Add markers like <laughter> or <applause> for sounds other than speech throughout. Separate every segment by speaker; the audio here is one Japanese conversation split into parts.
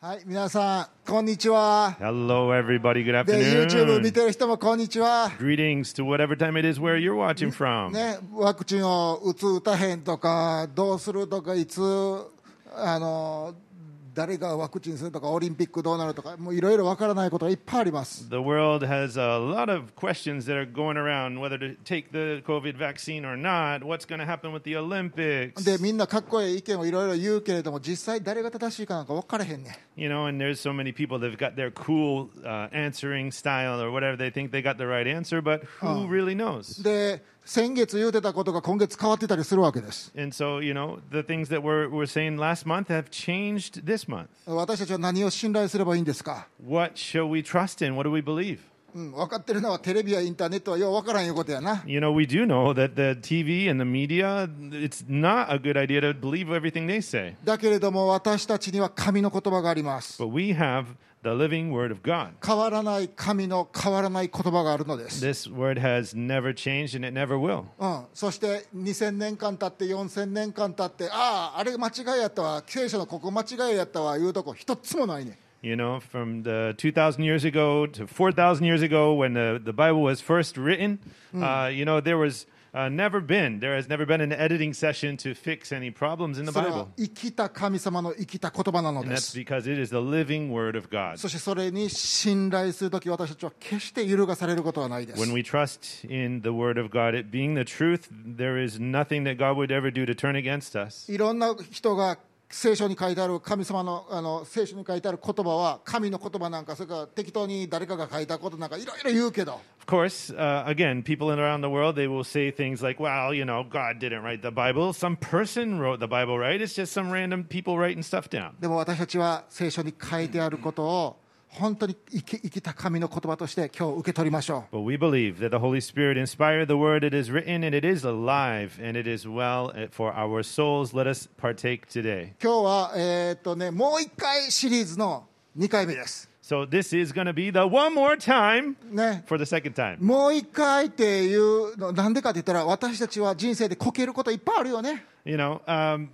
Speaker 1: はい、皆さん、こんにちは。
Speaker 2: Hello, everybody. Good
Speaker 1: で、YouTube
Speaker 2: afternoon.
Speaker 1: 見てる人もこんにちは。
Speaker 2: Greetings to whatever time it is where you're watching from.
Speaker 1: ね、ワクチンを打つ、打たへんとか、どうするとか、いつ、あの、誰がワクチンするとか、オリンピックどうなるとか、もういろいろわからないことがいっぱいあります。
Speaker 2: The world has a lot of questions that are going around whether to take the COVID vaccine or not, what's going to happen with the Olympics.
Speaker 1: で、みんなかっこいい意見をいろいろ言うけれども、実際誰が正しいかなんか分からへんねん。
Speaker 2: You know, and there's so many people that've got their cool uh, answering style or whatever. They think they got the right answer, but who really knows?
Speaker 1: で、先月言うてたことが今月変わってたりするわけです。
Speaker 2: And so, you know, the things that we're, we're saying last month have changed this month.
Speaker 1: 私たちは何を信頼すればいいんですか、
Speaker 2: What shall we trust in? What do we believe?
Speaker 1: うん、分かってるのはテレビやインターネットはよう分からんいうことやな。
Speaker 2: You know, we do know that the TV and the media, it's not a good idea to believe everything they say.
Speaker 1: だけれども私たちには神の言葉があります。
Speaker 2: But we have the living Word of God.
Speaker 1: 変わらない神の変わらない言葉があるのです。
Speaker 2: This Word has never changed and it never will.
Speaker 1: うん、そして2000年間経って4000年間経ってあああれ間違いやったわ聖書のここ間違いやったわいうとこ一つもないねん
Speaker 2: You know, from the 2,000 years ago to 4,000 years ago when the, the Bible was first written, uh, you know, there was uh, never been, there has never been an editing session to fix any problems in the
Speaker 1: それは
Speaker 2: Bible.
Speaker 1: 生きた神様の生きた言葉なの
Speaker 2: And
Speaker 1: で
Speaker 2: that's
Speaker 1: す
Speaker 2: because it is the living Word of God.
Speaker 1: そしてそれに信頼するとき私たちは決して揺るがされることはないです
Speaker 2: When we trust in the word of God, it being the truth, there is nothing that God would ever do to turn against us.
Speaker 1: いろんな人が聖書に書いてある神様のあの聖書に書いてある言葉は神の言葉なんかそれから適当に誰かが書いたことなんかいろいろ言うけど
Speaker 2: Of course, uh, again, people in around the world, they will say things like, well, you know, God didn't write the Bible. Some person wrote the Bible, right? It's just some random people writing stuff down.
Speaker 1: でも私たちは聖書に書いてあることを本当に生き生きた神の言葉として今日受け取りましょう
Speaker 2: But we believe that the Holy Spirit inspired the word. It is written and it is alive and it is well eh, for our souls. Let us partake today.
Speaker 1: 今日はえーっとねもう一回シリーズの2回目です
Speaker 2: So this is going to be the one more time
Speaker 1: ね
Speaker 2: for the second time.
Speaker 1: もう一回っていうのなんでかって言ったら私たちは人生でこけることいっぱいあるよね
Speaker 2: You know, um,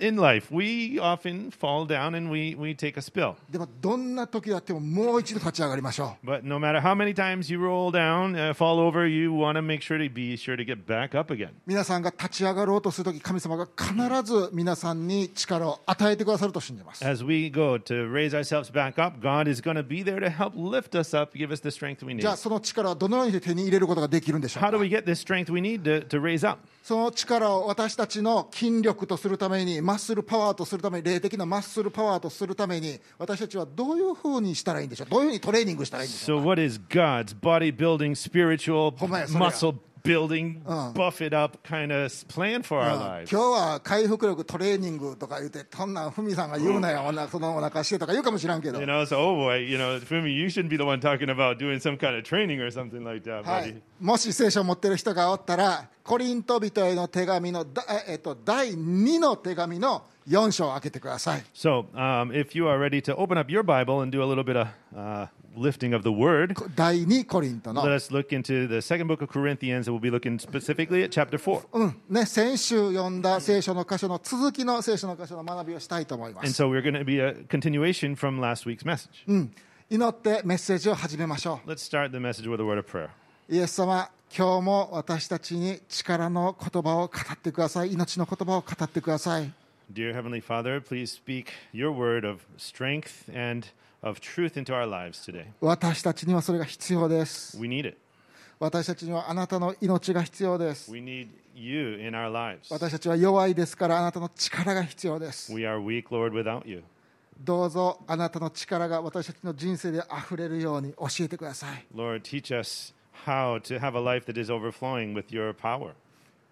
Speaker 2: in life, we often fall down and we, we take a spill.
Speaker 1: でもどんな時だってももう一度立ち上がりましょう
Speaker 2: But no matter how many times you roll down, uh, fall over, you want to make sure to be sure to get back up again.
Speaker 1: 皆さんが立ち上がろうとするとき、神様が必ず皆さんに力を与えてくださると信じます。
Speaker 2: As we go to raise ourselves back up, God is going to be there to help lift us up, give us the strength we
Speaker 1: じ
Speaker 2: need.
Speaker 1: ゃあ、その力はどのようにして手に入れることができるんでしょう
Speaker 2: How
Speaker 1: か
Speaker 2: do we get this strength we need to, to raise up?
Speaker 1: その力を私たちの筋力とするために、マッスルパワーとするために、霊的なマッスルパワーとするために、私たちはどういうふうにしたらいいんでしょうどういうふうにトレーニングしたらいいんでしょう
Speaker 2: So, what is God's bodybuilding, spiritual,
Speaker 1: ほんまや、それや。
Speaker 2: muscle building,
Speaker 1: うん。
Speaker 2: buff it up kind of plan for
Speaker 1: う
Speaker 2: our
Speaker 1: ん今
Speaker 2: lives?
Speaker 1: 日は回復力トレーニングとか言って、そんなんふみさんが言うなよ、おなそのお腹してとか言うかもしらんけど
Speaker 2: You。know, so oh boy, you know, Fumi, you shouldn't be the one talking about doing some kind of training or something like that,
Speaker 1: は
Speaker 2: buddy.
Speaker 1: い、もし聖書を持ってる人がおったら、コリント人への手紙のだ、えっと、第2の手紙の4章を開けてください。
Speaker 2: So, um, if you are ready to open up your Bible and do a little bit of uh, lifting of the Word,
Speaker 1: 第2コリント
Speaker 2: let
Speaker 1: の、
Speaker 2: us look into the second book of Corinthians, and we'll be looking specifically at chapter four.
Speaker 1: うんね、先週読んだ聖書の箇所の続きの聖書の箇所の学びをしたいと思いま
Speaker 2: And
Speaker 1: す。
Speaker 2: so, we're going to be a continuation from last week's message.
Speaker 1: 祈ってメッセージを始めましょ
Speaker 2: Let's start the message with a word of prayer.
Speaker 1: う。イエス様、今日も私たちに力の言葉を語ってください。命の言葉を語ってください。
Speaker 2: Dear Heavenly Father, please speak your word of strength and of truth into our lives today.
Speaker 1: 私たちにはそれが必要です。
Speaker 2: We need it.
Speaker 1: 私たちにはあなたの命が必要です。
Speaker 2: We need you in our lives.
Speaker 1: 私たちは弱いですからあなたの力が必要です。
Speaker 2: We are weak, Lord, without you.
Speaker 1: どうぞあなたの力が私たちの人生であふれるように教えてくださ
Speaker 2: Lord, teach us how to have a life that is overflowing with your power.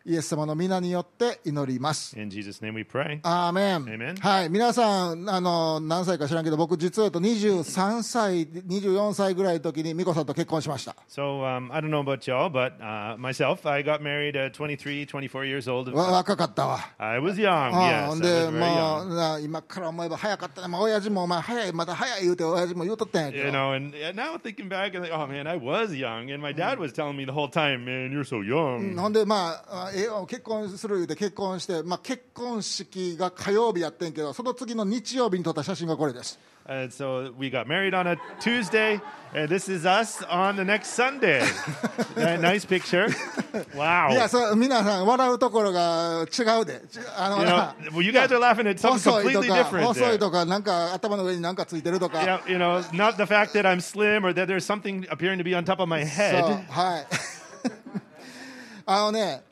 Speaker 1: い。イエス様の皆によって祈ります。
Speaker 2: In Jesus' name we pray.
Speaker 1: アーメン
Speaker 2: Amen.
Speaker 1: はい、皆さんあの何歳か知らんけど僕実は言うと23歳24歳ぐらいの時に美子さんと結婚しました
Speaker 2: So, um, I don't know about y'all, but uh, myself, I got married at 23, 24 years old.
Speaker 1: わ若かったわ
Speaker 2: I was young,
Speaker 1: あ
Speaker 2: yes.
Speaker 1: ほん
Speaker 2: I
Speaker 1: で
Speaker 2: was
Speaker 1: もう
Speaker 2: very young.
Speaker 1: な今から思えば早かったね、まあ、親父もお前早いまた早い言うて親父も言うとったんやけど
Speaker 2: You know, and, and now thinking
Speaker 1: Mm.
Speaker 2: back, I'm like, oh man, I was young. And my dad was telling me the whole time, man, you're so young.
Speaker 1: ほんで、まあ、あええわ結婚する言うて結婚して、まあ、結婚式が火曜日やってんけどその次の日曜日に撮った写真がこれです
Speaker 2: And so we got married on a Tuesday, and this is us on the next Sunday. Ni- nice picture. Wow.
Speaker 1: いやそう皆さん笑うところが違うでちあの
Speaker 2: You
Speaker 1: な
Speaker 2: know, well, you guys are laughing at something
Speaker 1: <laughs> 細いと
Speaker 2: completely
Speaker 1: か
Speaker 2: different.
Speaker 1: 細
Speaker 2: there.
Speaker 1: いとかなんか頭の上になんかついてるとか
Speaker 2: Yeah, you know, not the fact that I'm slim or that there's something appearing to be on top of my
Speaker 1: そう
Speaker 2: head.
Speaker 1: <laughs> はいあのね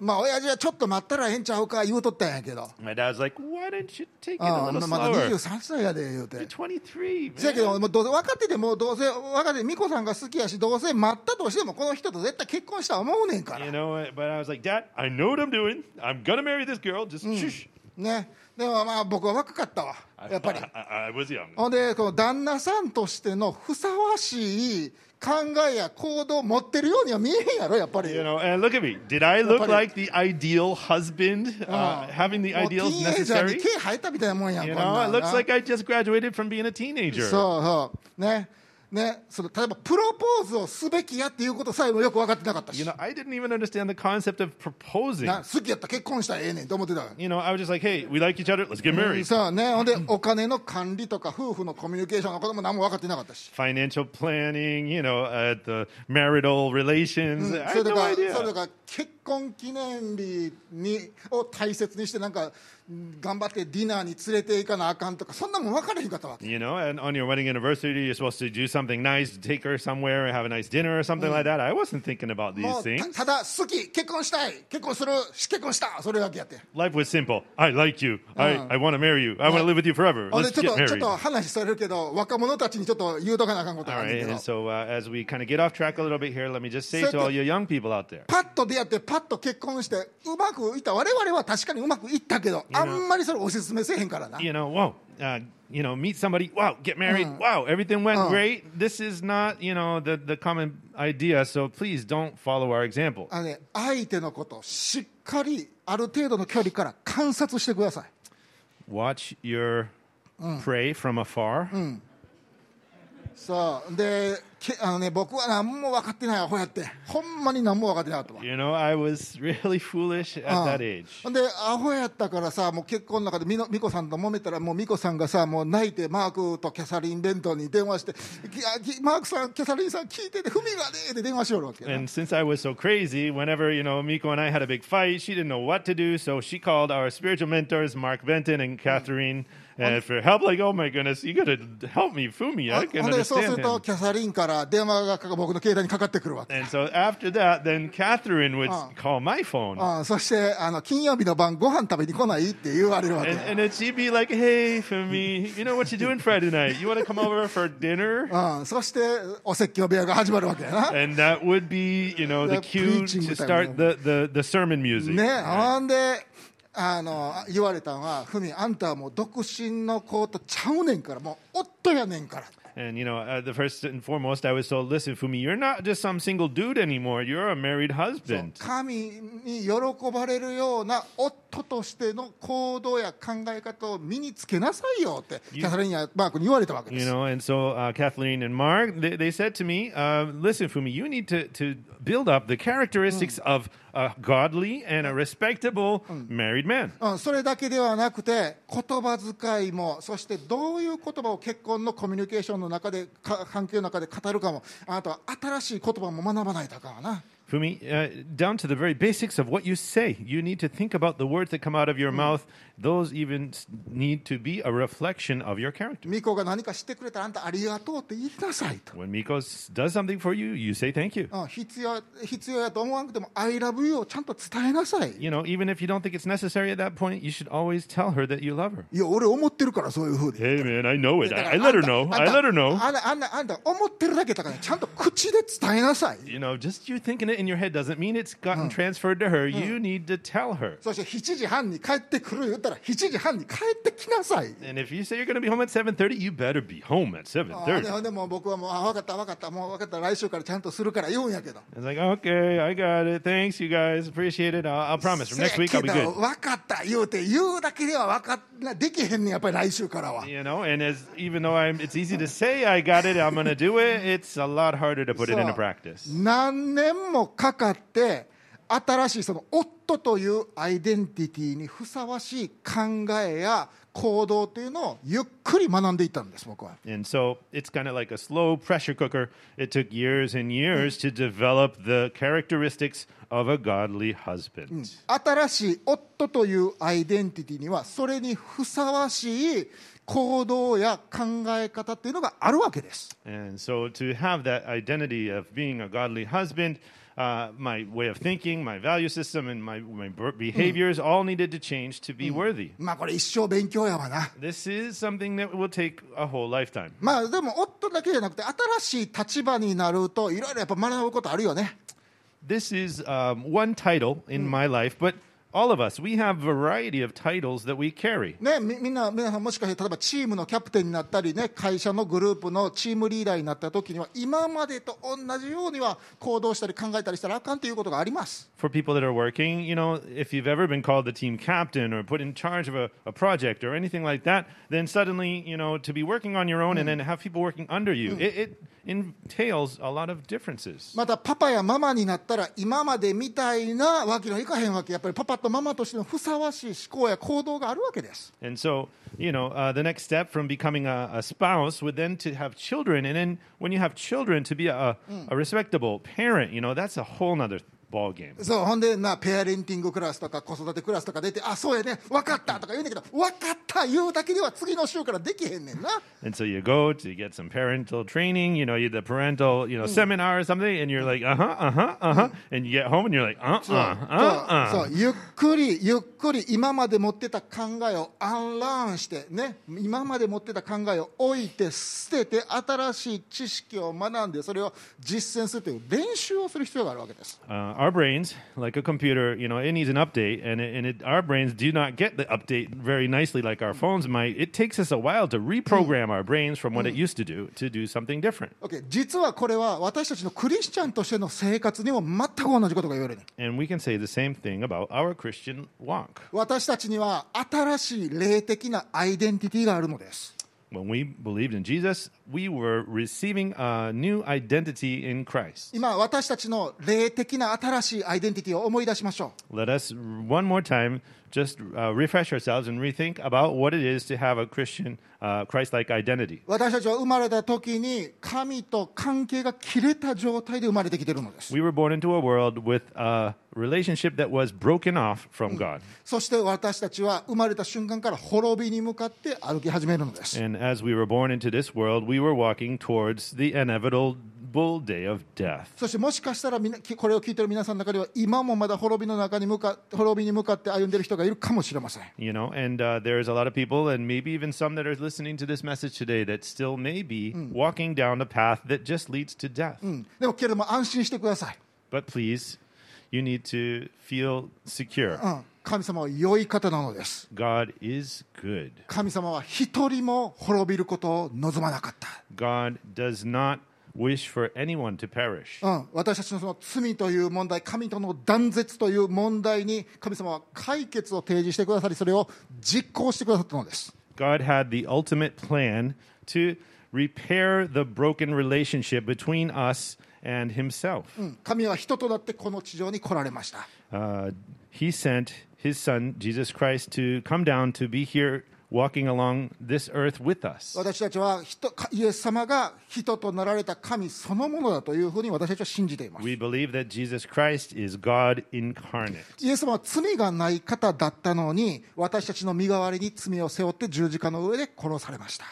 Speaker 1: まあ親父はちょっと待ったらええんちゃうか言うとったんやけど
Speaker 2: My dad's like, "Why don't you take it
Speaker 1: うん
Speaker 2: a
Speaker 1: まだ
Speaker 2: little slower?
Speaker 1: 23歳やで言うて
Speaker 2: You're 23,
Speaker 1: せやけ
Speaker 2: man."
Speaker 1: ど、もうどうせ分かってても、どうせ、分かって、美子さんが好きやし、どうせ待ったとしても、この人と絶対結婚した思うねんから
Speaker 2: You。know, but I was like, "Dad, I know what I'm doing. I'm gonna marry this girl. Just shush."
Speaker 1: ね。でもまあ、僕は若かったわ、やっぱり
Speaker 2: I,。I- I was young.
Speaker 1: ほんで、この旦那さんとしてのふさわしい考えや行動を持ってるようには見えへんやろ、やっぱり。
Speaker 2: You know, and look at me. Did I look
Speaker 1: Nobody-
Speaker 2: like the ideal husband? Uh, having the
Speaker 1: もうティ
Speaker 2: ideals
Speaker 1: ーンエイジャーに毛
Speaker 2: necessary?
Speaker 1: 生えたみたいなもんやん、
Speaker 2: You
Speaker 1: こん
Speaker 2: know,
Speaker 1: な
Speaker 2: it
Speaker 1: んな
Speaker 2: looks like I just graduated from being a teenager.
Speaker 1: そうそう。ね。ね、その例えばプロポーズをすべきやっていうことさえもよく分かってなかったし
Speaker 2: You know, I didn't even understand the concept of proposing.
Speaker 1: な好きやったら結婚したらええねんと思ってたから
Speaker 2: You know, I was just like, hey, we like each other. Let's get married.
Speaker 1: そうね、ほんでお金の管理とか夫婦のコミュニケーションのことも何も分かってなかったし、
Speaker 2: Financial planning, you know, uh, the marital relations.
Speaker 1: そ
Speaker 2: I
Speaker 1: れ
Speaker 2: had
Speaker 1: とかそれと
Speaker 2: no idea.
Speaker 1: か結婚記念日にを大切にしてなんかうん頑張ってディナーに連れて行かなあかんとかそんなもん分からへんかったわけ
Speaker 2: You know, and on your wedding anniversary, you're supposed to do something nice, take her somewhere, and have a nice dinner or
Speaker 1: Mm.
Speaker 2: something like that. I wasn't thinking about
Speaker 1: もう
Speaker 2: these
Speaker 1: た
Speaker 2: things.
Speaker 1: ただ好き結婚したい結婚するし結婚したそれだけやって
Speaker 2: Life was simple. I like you.
Speaker 1: Uh.
Speaker 2: I,
Speaker 1: Oh,
Speaker 2: I want to marry you. I want to live with you forever.
Speaker 1: ほんで
Speaker 2: Let's
Speaker 1: ちょ
Speaker 2: get
Speaker 1: っとちょっ
Speaker 2: married.
Speaker 1: と話されるけど若者たちにちょっと言うとかなあかんこと
Speaker 2: All
Speaker 1: があるんけ
Speaker 2: right,
Speaker 1: ど
Speaker 2: and so uh, as we kind of get off track a little bit here, let me just say
Speaker 1: So
Speaker 2: to
Speaker 1: the-
Speaker 2: all you young people out there,
Speaker 1: パッと出会ってパッと結婚してうまくいった我々は確かにうまくいったけど
Speaker 2: know-
Speaker 1: あんまりそれおすすめせえへんからな
Speaker 2: you know, whoa, uh, you know, meet somebody, wow, get married, wow, everything went
Speaker 1: Uh.
Speaker 2: great. This is not, you know, the, the common idea, so please don't follow our example.
Speaker 1: あのね、相手のことをしっかりある程度の距離から観察してください
Speaker 2: Watch your prey from afar.
Speaker 1: そうでけあの、ね、僕は何も分かってないアホやってほんまに何も分かってなかったわ
Speaker 2: You know, I was <laughs> really foolish at
Speaker 1: うん
Speaker 2: that age.
Speaker 1: ほんでアホやったからさもう結婚の中でみの美子さんと揉めたらもう美子さんがさもう泣いてマークとキャサリン・ベントンに電話してきあきマークさんキャサリンさん聞いてて文がねえって電話しよるわけやな
Speaker 2: And since I was so crazy, whenever, you know, Miko and I had a big fight, she didn't know what to do, so she called our spiritual mentors, Mark Benton and Catherine, uh, for help. Like, oh my goodness, you gotta help me, Fumi.
Speaker 1: ほ
Speaker 2: I
Speaker 1: ん
Speaker 2: can
Speaker 1: ほんでそうす
Speaker 2: understand
Speaker 1: ると
Speaker 2: him.
Speaker 1: キャサリンから電話がかか僕の携帯にかかってくるわけ
Speaker 2: And so after that, then Catherine would
Speaker 1: Uh.
Speaker 2: call my phone.
Speaker 1: うんそしてあの金曜日の晩ご飯食べに来ないって言われるわけ
Speaker 2: And, and then she'd be like, hey, Fumi, you know what you doing Friday night? You wanna come over for dinner?
Speaker 1: うん、そしてお説教部屋が始まるわけやな。ね
Speaker 2: And that would be, you know,
Speaker 1: The
Speaker 2: the cue
Speaker 1: preaching time.
Speaker 2: to start the, the, the sermon music.
Speaker 1: ほんであの言われたのは「ふみあんたはもう独身の子とちゃうねんからもう夫やねんから」
Speaker 2: And you know, uh, the first and foremost, I was told, "Listen, Fumi, you're not just some single dude anymore. You're a married husband."
Speaker 1: 神に喜ばれるような夫としての行動や考え方を身につけなさいよってキャサリンやマークに言われたわけで
Speaker 2: You
Speaker 1: す。
Speaker 2: know, and so uh, Kathleen and Mark, they, they said to me, uh, "Listen, Fumi, you need to to build up the characteristics of a godly and a respectable married man."
Speaker 1: うん、それだけではなくて言葉遣いもそしてどういう言葉を結婚のコミュニケーションの中でか関係の中で語るかもあなたは新しい言葉も学ばないとあかんわな。
Speaker 2: Fumi, uh, down to the very basics of what you say, you need to think about the words that come out of your mouth. Those even s- need to be a reflection of your character.
Speaker 1: ミコが何かしてくれたらあんたありがとうって言いなさいと、
Speaker 2: When Miko s- does something for you, you say thank you.
Speaker 1: うん、必要必要やと思わなくても「I love you」をちゃんと伝えなさい
Speaker 2: you know, even if you don't think it's necessary at that point, you should always tell her that you love her.
Speaker 1: いや俺思ってるからそういうふうに。
Speaker 2: Hey, man, I know it.
Speaker 1: だから
Speaker 2: I, I let her
Speaker 1: あんたあん
Speaker 2: know. I
Speaker 1: た
Speaker 2: let her know.
Speaker 1: あんたあんたあんた思ってるだけだからちゃんと口で伝えなさい
Speaker 2: You know, just you thinking it in your head doesn't mean it's gotten transferred to her. You need to tell her.
Speaker 1: そして7時半に帰ってくる言ったら7時半に帰ってきなさい
Speaker 2: And if you say you're going to be home at 7:30, you better be home at 7:30.
Speaker 1: あででも僕はもう、あ分かった、分かった、もう分かった、来週からちゃんとするから言うんやけど、
Speaker 2: It's like, okay, I got it. Thanks, you guys. Appreciate it. I'll, I'll promise. From next week,
Speaker 1: せやけ
Speaker 2: I'll be
Speaker 1: ど
Speaker 2: good.
Speaker 1: 分かった言うて、言うだけでは分かっなできへんねん、やっぱり来週からは。
Speaker 2: You know, and as even though I'm, it's easy to say I got it, I'm going to do it. It's a lot harder to put it into
Speaker 1: So-
Speaker 2: practice.
Speaker 1: 何年もかかって、新しいその夫というアイデンティティにふさわしい考えや行動というのをゆっくり学んでいったんです僕は
Speaker 2: And so it's kind of like a slow pressure cooker. It took years and years to develop the characteristics of a godly husband.
Speaker 1: 新しい夫というアイデンティティにはそれにふさわしい行動や考え方っていうのがあるわけです、
Speaker 2: And so to have that identity of being a godly husband, uh, my way of thinking, my value system, and my, my b- behaviors all needed to change to be worthy.
Speaker 1: まあ、これ一生勉強やわな
Speaker 2: This is something that will take a whole lifetime.
Speaker 1: まあでも夫だけじゃなくて新しい立場になるといろいろやっぱ学ぶことあるよね
Speaker 2: This is um, one title in my life, but all of us, we have variety of titles that we carry.
Speaker 1: ねみみんな皆さんもしかして例えばチームのキャプテンになったりね会社のグループのチームリーダーになった時には今までと同じようには行動したり考えたりしたらあかんということがあります、
Speaker 2: for people that are working, you know, if you've ever been called the team captain or put in charge of a, a project or anything like that, then suddenly, you know, to be working on your own and then have people working under you, it, it entails a lot of differences.
Speaker 1: またパパやママになったら今までみたいなわけのいかへんわけやっぱりパパとママとしてのふさわしい思考や行動があるわけです
Speaker 2: And so, you know, uh, the next step from becoming a, a spouse would then to have children. And then when you have children, to be a, a respectable parent, you know, that's a whole nother ballgame.
Speaker 1: そうほんでなペアレンティングクラスとか子育てクラスとか出てあそうやね分かったとか言うんだけど分かった言うだけでは次の週からできへんねんな
Speaker 2: And so you go to get some parental training, you know, you, the parental, you know, seminar or something, and you're like, uh huh, uh huh, uh huh, and you get home and you're like, uh uh,
Speaker 1: そうそ
Speaker 2: uh
Speaker 1: う
Speaker 2: uh.
Speaker 1: そうゆっくりゆっくり今まで持ってた考えをアンラーンしてね今まで持ってた考えを置いて捨てて新しい知識を学んでそれを実践するという練習をする必要があるわけです
Speaker 2: Uh, Our brains, like a computer, you know, it needs an update, and it, and it, our brains do not get the update very nicely like our phones might. It takes us a while to reprogram our brains from what it used to do to do something different.
Speaker 1: OK 実はこれは私たちのクリスチャンとしての生活にも全く同じことが言えるね
Speaker 2: And we can say the same thing about our Christian walk.
Speaker 1: 私たちには新しい霊的なアイデンティティがあるのです
Speaker 2: When we believed in Jesus, we were receiving a new identity in Christ.
Speaker 1: 今私たちの霊的な新しいアイデンティティを思い出しましょう
Speaker 2: Let us one more time just uh, refresh ourselves and rethink about what it is to have a Christian, uh, Christ like identity.
Speaker 1: 私たちは生まれた時に神と関係が切れた状態で生まれてきてるのです。
Speaker 2: We were born into a world with a relationship that was broken off from God.
Speaker 1: そして私たちは生まれた瞬間から滅びに向かって歩き始めるのです。
Speaker 2: And as we were born into this world, we were walking towards the inevitable day of death.
Speaker 1: そしてもしかしたらみんなきこれを聞いてる皆さんの中では今もまだ滅びの中に向か滅びに向かって歩んでる人がいるかもしれません。
Speaker 2: You know, and uh, there's a lot of people, and maybe even some that are listening to this message today, that still may be walking down a path that just leads to death.
Speaker 1: でもけれども安心してください。
Speaker 2: But please, you need to feel secure.
Speaker 1: うん、神様は良い方なのです。
Speaker 2: God is good.
Speaker 1: 神様は一人も滅びることを望まなかった。
Speaker 2: God does not wish for anyone to perish.
Speaker 1: うん、私たちのその罪という問題、神との断絶という問題に神様は解決を提示してくださり、それを実行してくださったのです。
Speaker 2: God had the ultimate plan to repair the broken relationship between us and Himself.
Speaker 1: うん神は人となってこの地上に来られました。
Speaker 2: Uh, he sent His Son, Jesus Christ, to come down to be here walking along this earth with us.
Speaker 1: 私たちは人かイエス様が人となられた神そのものだというふうに私たちは信じています。
Speaker 2: We believe that Jesus Christ is God incarnate.
Speaker 1: イエス様は罪がない方だったのに、私たちの身代わりに罪を背負って十字架の上で殺されました。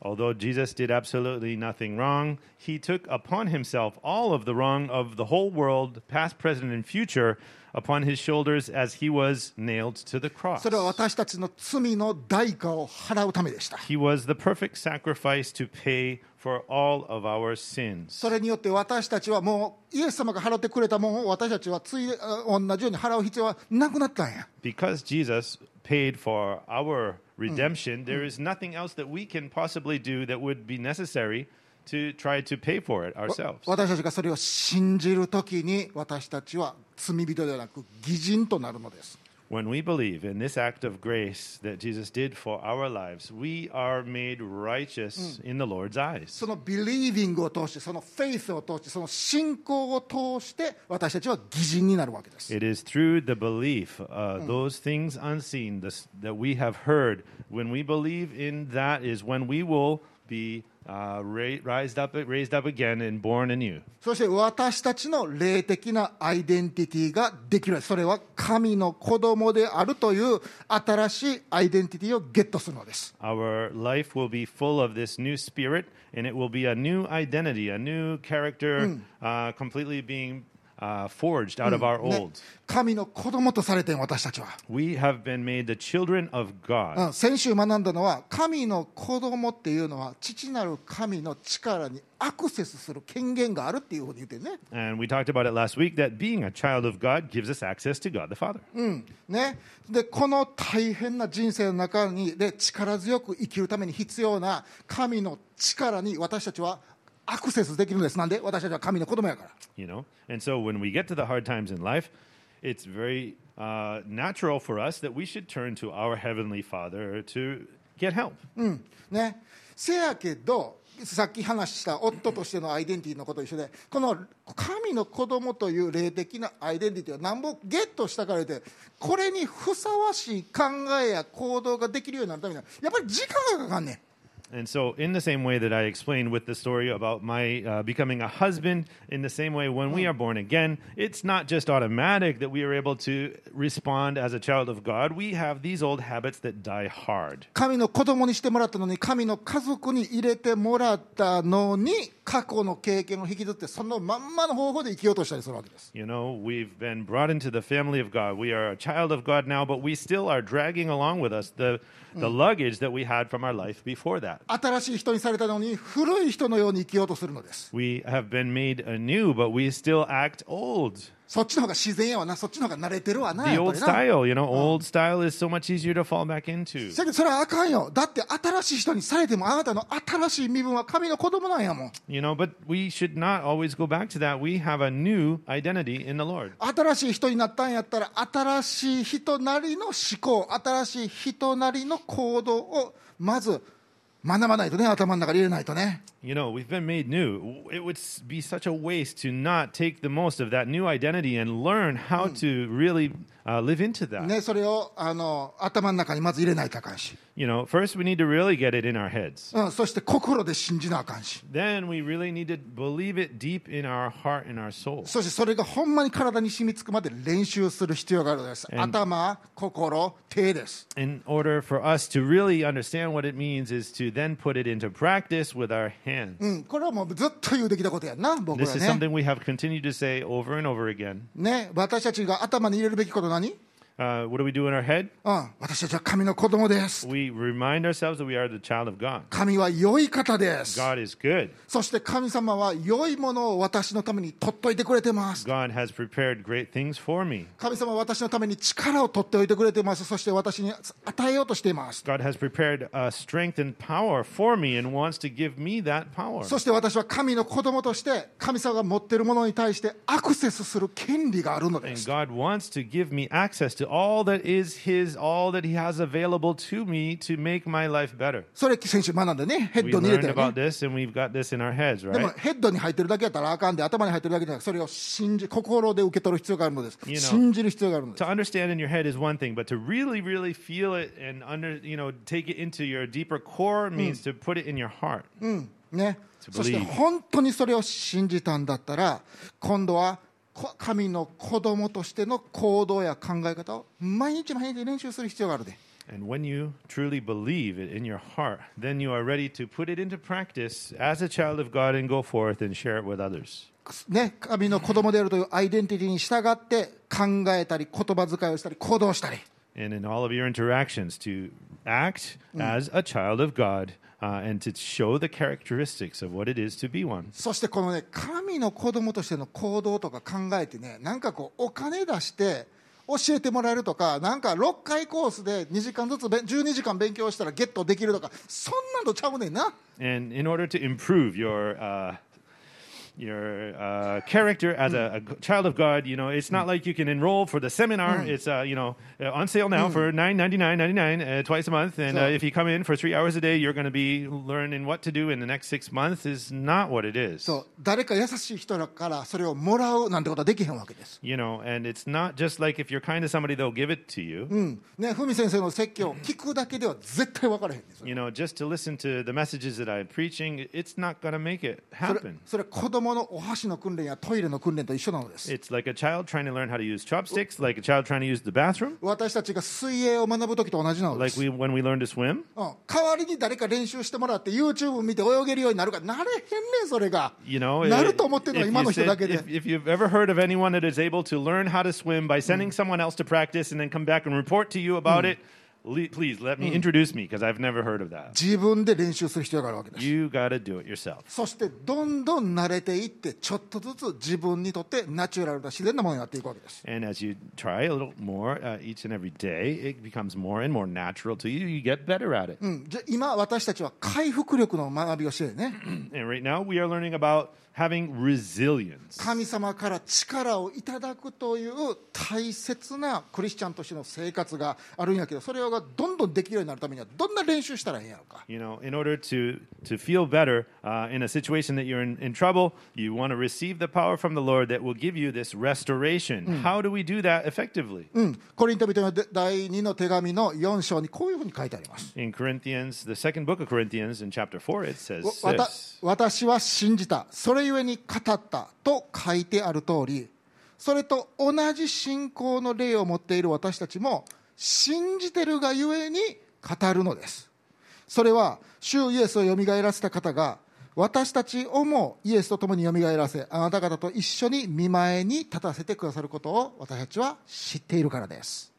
Speaker 2: Although Jesus did absolutely nothing wrong, he took upon himself all of the wrong of the whole world, past, present, and future, upon his shoulders as he was nailed to the cross.
Speaker 1: それは私たちの罪の代価を払うためでした。
Speaker 2: He was the perfect sacrifice to pay for all of our sins.
Speaker 1: それによって私たちはもうイエス様が払ってくれたものを私たちはついあ同じように払う必要はなくなったんや
Speaker 2: Because Jesus paid for our redemption, there is nothing else that we can possibly do that would be necessary to try to pay for it ourselves.
Speaker 1: 私たちがそれを信じるときに私たちは罪人ではなく義人となるのです
Speaker 2: When we believe in this act of grace that Jesus did for our lives, we are made righteous in the Lord's eyes.
Speaker 1: そのビリービングを通してそのフェイスを通してその信仰を通して私たちは義人になるわけです
Speaker 2: It is through the belief, uh, those things unseen this, that we have heard. When we believe in that, is when we will be uh, ra- raised up, raised up again, and born anew.
Speaker 1: そして私たちの霊的なアイデンティティができるわけですそれは神の子供であるという新しいアイデンティティをゲットするのです
Speaker 2: Our life will be full of this new spirit, and it will be a new identity, a new character, uh, completely being uh, forged out of our
Speaker 1: ね
Speaker 2: old.
Speaker 1: 神の子供とされている私たちは、
Speaker 2: We have been made the children of God.
Speaker 1: うん、先週学んだのは神の子供っていうのは父なる神の力にアクセスする権限があるっていうふうに言ってね
Speaker 2: And we talked about it last week that being a child of God gives us access to God the Father.
Speaker 1: ね、でこの大変な人生の中にで力強く生きるために必要な神の力に私たちはアクセスできるんですなんで私たちは神の子供やから、
Speaker 2: you know and so when we get to the hard times in life it's very uh, natural for us that we should turn to our heavenly father to get help
Speaker 1: うんね、せやけどさっき話した夫としてのアイデンティティのことと一緒でこの神の子供という霊的なアイデンティティをなんぼゲットしたから言ってこれにふさわしい考えや行動ができるようになるためにはやっぱり時間がかかんねん。
Speaker 2: and so in the same way that i explained with the story about my uh, becoming a husband in the same way when we are born again it's not just automatic that we are able to respond as a child of god we have these old habits that die hard
Speaker 1: 神の子供にしてもらったのに神の家族に入れてもらったのに過去の経験を引きずってそのまんまの方法で生きようとしたりするわけです
Speaker 2: You know, we've been brought into the family of God. We are a child of God now, but we still are dragging along with us the, the luggage that we had from our life before that.
Speaker 1: 新しい人にされたのに古い人のように生きようとするのです
Speaker 2: We have been made anew, but we still act old.
Speaker 1: そっちの方が自然やわなそっちの方が慣れてるわな
Speaker 2: The
Speaker 1: やっぱ
Speaker 2: old
Speaker 1: りな
Speaker 2: style, you know, old style is so much easier to fall back into.
Speaker 1: せやけどそれはあかんよだって新しい人にされてもあなたの新しい身分は神の子供なんやもん
Speaker 2: You know, but we should not always go back to that. We have a new identity in the Lord.
Speaker 1: 新しい人になったんやったら新しい人なりの思考新しい人なりの行動をまず学ばないとね頭の中に入れないとね
Speaker 2: You know, we've been made new. It would s- be such a waste to not take the most of that new identity and learn how to really uh, live into that.
Speaker 1: ね、それをあの頭の中にまず入れないとあかんし、
Speaker 2: You know, first we need to really get it in our heads.
Speaker 1: うん、そして心で信じなあかんし
Speaker 2: Then we really need to believe it deep in our heart and our soul.
Speaker 1: そしてそれがほんまに体に染みつくまで練習する必要があるのです頭心手です、
Speaker 2: In order for us to really understand what it means is to then put it into practice with our hands.
Speaker 1: うん、これはもうずっと言うべきなことやんな僕
Speaker 2: This
Speaker 1: ら
Speaker 2: is
Speaker 1: ね
Speaker 2: something we have continued to say over and over again.
Speaker 1: ね私たちが頭に入れるべきこと何、うん、
Speaker 2: Uh, what do we do in our head?
Speaker 1: 私たちは神の子供です、
Speaker 2: We remind ourselves that we are the child of God.
Speaker 1: 神は良い方です、
Speaker 2: God is good.
Speaker 1: そして神様は良いものを私のために取っといてくれてます、
Speaker 2: God has prepared great things for me.
Speaker 1: 神様は私のために力を取っておいてくれてます、そして私に与えようとしています。
Speaker 2: God has prepared uh, strength and power for me and wants to give me that power.
Speaker 1: そして私は神の子供として神様が持っているものに対してアクセスする権利があるので
Speaker 2: And
Speaker 1: す。
Speaker 2: God wants to give me access to all that is His, all that He has available to me to make my life better.
Speaker 1: それ先週学んでね、ヘッ
Speaker 2: We
Speaker 1: ドに入れ
Speaker 2: learned
Speaker 1: て、ね
Speaker 2: about、this and we've got this in our heads,
Speaker 1: でも
Speaker 2: right?
Speaker 1: ヘッドに入ってるだけやったらあかんで、頭に入ってるだけじゃなくそれを信じ、心で受け取る必要があるのです。
Speaker 2: You know.
Speaker 1: 信じる必要があるのです
Speaker 2: To。understand in your head is one thing, but to really, really feel it and under, you know, take it into your deeper core means to put it in your heart.
Speaker 1: ね、
Speaker 2: To
Speaker 1: そして
Speaker 2: believe.
Speaker 1: 本当にそれを信じたんだったら、今度はこ神の子供としての行動や考え方を毎日毎日練習する必要があるで。
Speaker 2: And when you truly believe it in your heart, then you are ready to put it into practice as a child of God and go forth and share it with others.
Speaker 1: ね、神の子供であるというアイデンティティに従って考えたり言葉遣いをしたり行動したり、
Speaker 2: and in all of your interactions to act as a child of God uh, and to show the characteristics of what it is to be one.
Speaker 1: そしてこのね神の子供としての行動とか考えてねなんかこうお金出して教えてもらえるとかなんか6回コースで2時間ずつべん12時間勉強したらゲットできるとかそんなんとちゃうねんな
Speaker 2: And in order to improve your uh, your uh, character as a, a g- child of God. You know, it's not like you can enroll for the seminar. It's uh, you know uh, on sale now for nine ninety nine ninety nine uh, twice a month. And
Speaker 1: So-
Speaker 2: uh, if you come in for three hours a day, you're going to be learning what to do in the next six months. Is not what it is.
Speaker 1: そう誰か優しい人からそれをもらうなんてことはできへんわけです、
Speaker 2: you know, and it's not just like if you're kind to somebody, they'll give it to you.
Speaker 1: うんね、文先生の説教を聞くだけでは絶対分からへんですよ
Speaker 2: You know, just to listen to the messages that I'm preaching, it's not going to make it
Speaker 1: それ
Speaker 2: happen.
Speaker 1: それは子供のお箸の訓練やトイレの訓練と一緒なのです
Speaker 2: It's like a child trying to learn how to use chopsticks, like a child trying to use the bathroom,
Speaker 1: 私たちが水泳を学ぶ時と同じなので
Speaker 2: like
Speaker 1: す、う
Speaker 2: we when we learn to swim.
Speaker 1: ん、代わりに誰か練習してもらって YouTube 見て泳げるようになるかなれへんねんそれが
Speaker 2: You know,
Speaker 1: なると思ってるのは
Speaker 2: if
Speaker 1: 今の
Speaker 2: you
Speaker 1: 人だけ
Speaker 2: said-
Speaker 1: で
Speaker 2: if- if you've ever heard of anyone that is able to learn how to swim by sending someone else to practice and then come back and report to you about it, le- please let me introduce me because I've never heard of that.
Speaker 1: 自分で練習する必要があるわけです
Speaker 2: You got to do it yourself.
Speaker 1: そしてどんどん慣れていってちょっとずつ自分にとってナチュラルな自然なものになっていくわけです
Speaker 2: And as you try a little more uh, each and every day, it becomes more and more natural to you. You get better at it.
Speaker 1: うん、じゃ今私たちは回復力の学びをしてるね
Speaker 2: And right now, we are learning about having resilience.
Speaker 1: 神様から力をいただくという大切なクリスチャンとしての生活があるんやけどそれがどんどんできるようになるためにはどんな練習したらいいんやろうか
Speaker 2: You know, in order to, to feel better uh, in a situation that you're in, in trouble, you want to receive the power from the Lord that will give you this restoration. How do we do that effectively?
Speaker 1: うん、コリント人の第2の手紙の4章にこういうふうに書いてあります。
Speaker 2: In Corinthians, the second book of Corinthians, in chapter 4, it says
Speaker 1: わわた
Speaker 2: this.
Speaker 1: 私は信じた、それゆえに語ったと書いてある通り、それと同じ信仰の霊を持っている私たちも、信じてるがゆえに語るのです。それは、主イエスをよみがえらせた方が、私たちをもイエスと共によみがえらせ、あなた方と一緒に見前に立たせてくださることを私たちは知っているからです。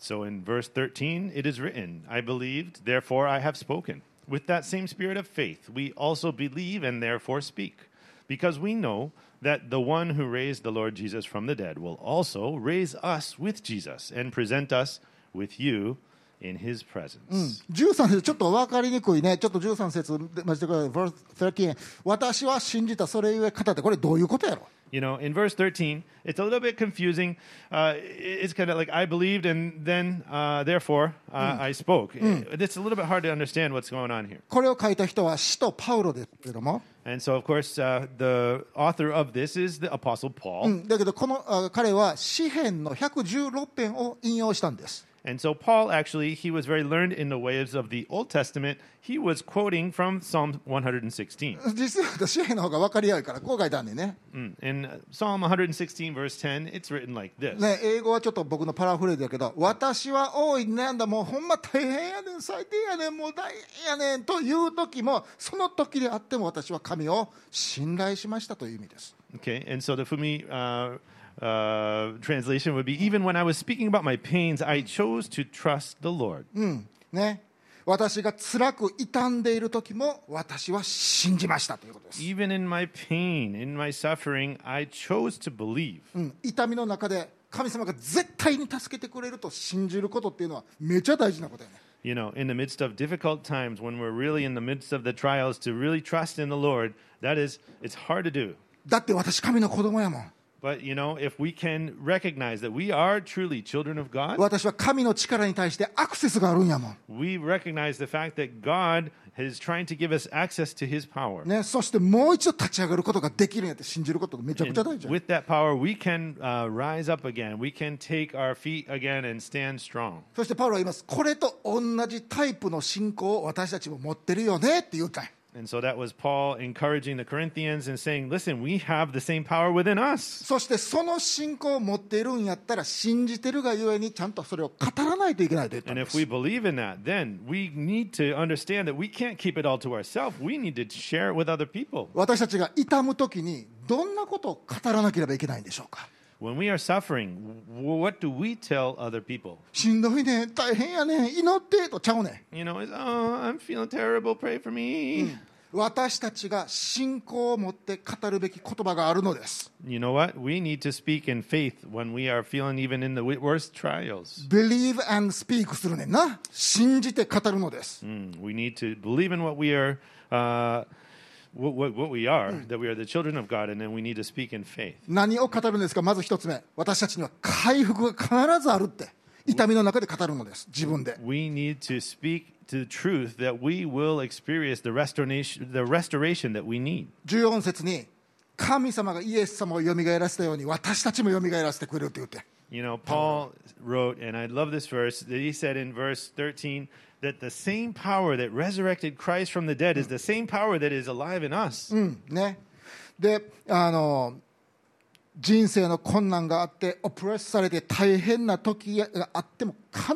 Speaker 2: So in verse 13, it is written, I believed, therefore I have spoken. With that same spirit of faith, we also believe and therefore speak, because we know that the one who raised the Lord Jesus from the dead will also raise us with Jesus and present us with you in his presence.
Speaker 1: 13節ちょっと分かりにくいね、ちょっと13節で待ちてください、verse 13、私は信じた、それゆえ語って、これ、どういうことやろ
Speaker 2: You know, in verse 13, it's a little bit confusing. Uh, i- it's kind of like, I believed and then, uh, therefore, uh, I spoke. It's a little bit hard to understand what's going on here.
Speaker 1: これを書いた人は使徒パウロですけれども、
Speaker 2: And so, of course, uh, the author of this is the Apostle
Speaker 1: う
Speaker 2: Paul.
Speaker 1: んだけどこのあ彼は詩篇の116編を引用したんです。
Speaker 2: And so, Paul actually, he was very learned in the ways of the Old Testament. He was quoting from Psalm 116.
Speaker 1: 実は詩篇の方が分かりやすいから、こう書いたんでね
Speaker 2: Mm. In uh, Psalm 116, verse 10, it's written like this.
Speaker 1: ね、英語はちょっと僕のパラフレーズだけど、私は大いに悩んだ、もうほんま大変やねん、最低やねん、もう大変やねんという時も、その時であっても私は神を信頼しましたという意味です。
Speaker 2: Okay, and so the Fumi uh, uh, translation would be Even when I was speaking about my pains, I chose to trust the Lord.
Speaker 1: ね、私が辛く傷んでいる時も私は信じましたということです、
Speaker 2: Even in my pain, in my suffering, I chose to believe.
Speaker 1: うん、痛みの中で神様が絶対に助けてくれると信じることっていうのはめちゃ大事なことやね
Speaker 2: you know, in the midst of difficult times, when we're really in the midst of the trials, to really trust in the Lord, that is, it's hard to do.
Speaker 1: だって私神の子供やもん
Speaker 2: But, you know, if we can recognize that we are truly children of God,
Speaker 1: 私は神の力に対してアクセスがあるんやもん、
Speaker 2: we recognize the fact that God is trying to give us access to his power.
Speaker 1: ね、そしてもう一度立ち上がることができるんやって信じることがめちゃく
Speaker 2: And
Speaker 1: ちゃ大事や
Speaker 2: with that power, we can uh, rise up again. We can take our feet again and stand strong.
Speaker 1: そしてパウロは言いますこれと同じタイプの信仰を私たちも持ってるよねって言うたんや
Speaker 2: And so that was Paul encouraging the Corinthians and saying, listen, we have the same power within us.
Speaker 1: そしてその信仰を持っているんやったら信じてるがゆえにちゃんとそれを語らないといけないと言ったん
Speaker 2: And
Speaker 1: で
Speaker 2: if
Speaker 1: す
Speaker 2: we believe in that, then we need to understand that we can't keep it all to ourselves. We need to share it with other people.
Speaker 1: 私たちが痛む時にどんなことを語らなければいけないんでしょうか
Speaker 2: When we are suffering, w- what do we tell other people?
Speaker 1: しんどいねん大変やねん祈ってとちゃうね
Speaker 2: You know, it's, oh, I'm feeling terrible. Pray for me.
Speaker 1: ん私たちが信仰を持って語るべき言葉があるのです
Speaker 2: You know what? We need to speak in faith when we are feeling even in the w- worst trials.
Speaker 1: Believe and speak するねんな信じて語るのです
Speaker 2: Hmm. Mm, we need to believe in what we are uh, what, what, what we are, that we are the children of God, and then we need to speak in faith.
Speaker 1: 何を語るんですかまず一つ目私たちには回復が必ずあるって痛みの中で語るのです自分で
Speaker 2: We need to speak to the truth that we will experience the restoration, the restoration that we need.
Speaker 1: 14節に神様がイエス様をよみがえらせたように私たちもよみがえらせてくれるって言って
Speaker 2: You know, Paul wrote, and I love this verse, that he said in verse 13 that the same power that resurrected Christ from the dead is the same power that is alive in us.
Speaker 1: うんね、であの人生の困難があってオプレスされて大変な時があっても必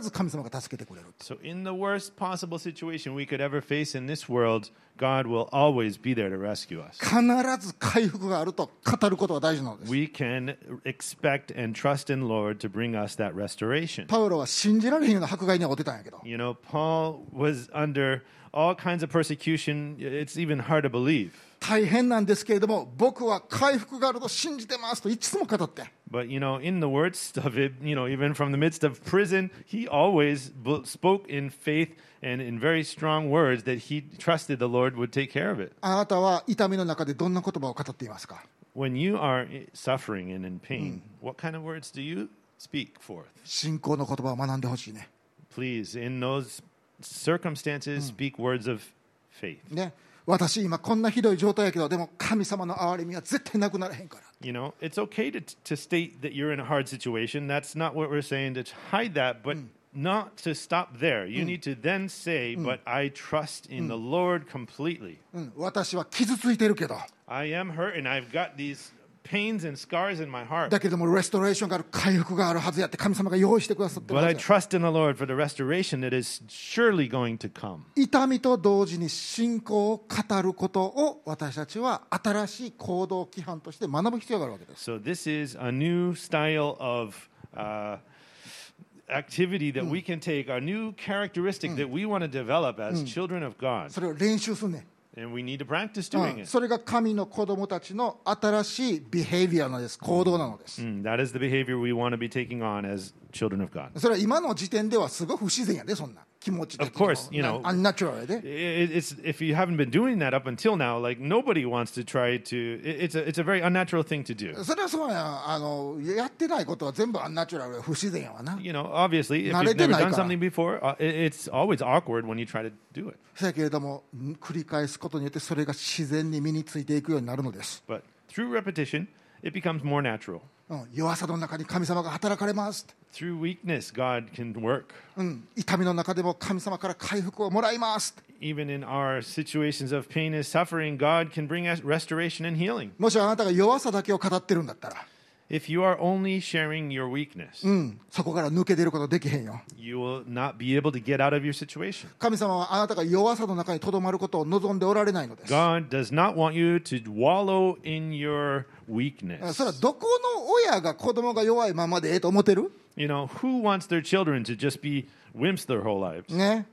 Speaker 1: ず神様が助けてくれる
Speaker 2: So, in the worst possible situation we could ever face in this world, God will always be there to rescue us.
Speaker 1: 必ず回復があると語ることが大事なのです
Speaker 2: We can expect and trust in Lord to bring us that restoration.
Speaker 1: パウロは信じられへんような迫害には遭ってたんやけど
Speaker 2: You know, Paul was under all kinds of persecution. It's even hard to believe.
Speaker 1: 大変なんですけれども僕は回復があると信じてますといつも語って
Speaker 2: But you know, in the worst of it, you know, even from the midst of prison, he always b- spoke in faith and in very strong words that he trusted the Lord would take care of it.
Speaker 1: あなたは痛みの中でどんな言葉を語っていますか
Speaker 2: When you are i- suffering and in pain, what kind of words do you speak forth?
Speaker 1: 信仰の言葉を学んでほしいね
Speaker 2: Please, in those circumstances, speak words of faith.
Speaker 1: ね私今こんなひどい状態やけどでも神様の憐れみは絶対なくならへんから
Speaker 2: You know, it's okay to, to state that you're in a hard situation. That's not what we're saying to hide that, but not to stop there. You need to then say, But I trust in the Lord completely.
Speaker 1: うん、私は傷ついてるけど
Speaker 2: I am hurt and I've got these pains and scars in my heart.
Speaker 1: だけどもレストレーションがある回復があるはずやって神様が用意してくださってる
Speaker 2: But
Speaker 1: は
Speaker 2: I
Speaker 1: ずや
Speaker 2: trust in the Lord for the restoration that is surely going to come.
Speaker 1: 痛みと同時に信仰を語ることを私たちは新しい行動規範として学ぶ必要があるわけです、
Speaker 2: So, this is a new style of uh, activity that we can take, a new characteristic that we want to develop as children of God.
Speaker 1: それを練習すんねん
Speaker 2: And we need to practice
Speaker 1: う
Speaker 2: doing
Speaker 1: ん
Speaker 2: it.
Speaker 1: それが神の子供たちの新しいビヘイビアなのです行動なのです、
Speaker 2: Mm, that is the behavior we want to be taking on as children of God.
Speaker 1: それは今の時点ではすごく不自然やでそんな気持ち的
Speaker 2: Of course, you
Speaker 1: にも
Speaker 2: know.
Speaker 1: アンナチュラルや
Speaker 2: I-
Speaker 1: で
Speaker 2: It's if you haven't been doing that up until now, like nobody wants to try to. it- It's a it's a very unnatural thing to do.
Speaker 1: それはそうやあのやってないことは全部アンナチュラルや不自然やわな
Speaker 2: You know, obviously, if
Speaker 1: Not
Speaker 2: you've
Speaker 1: even
Speaker 2: never
Speaker 1: like
Speaker 2: done
Speaker 1: a-
Speaker 2: something before, uh, i- it's always awkward when you try to do it.
Speaker 1: そやけれどもん繰り返すことによってそれが自然に身についていくようになるのです、
Speaker 2: But through repetition, it becomes more natural.
Speaker 1: うん、弱さの中に神様が働かれますって、
Speaker 2: Through weakness, God can work.
Speaker 1: うん、痛みの中でも神様から回復をもらいますって
Speaker 2: Even in our situations of pain and suffering, God can bring us restoration and healing.
Speaker 1: もしあなたが弱さだけを語ってるんだったら、
Speaker 2: If you are only sharing your weakness,
Speaker 1: うん、そこから抜け出ることできへんよ
Speaker 2: you will not be able to get out of your situation.
Speaker 1: 神様はあなたが弱さの中にとどまることを望んでおられないのです
Speaker 2: God does not want you to wallow in your weakness.
Speaker 1: それはどこの親が子供が弱いままでええと思ってる
Speaker 2: You know, who wants their children to just be wimps their whole lives?
Speaker 1: ね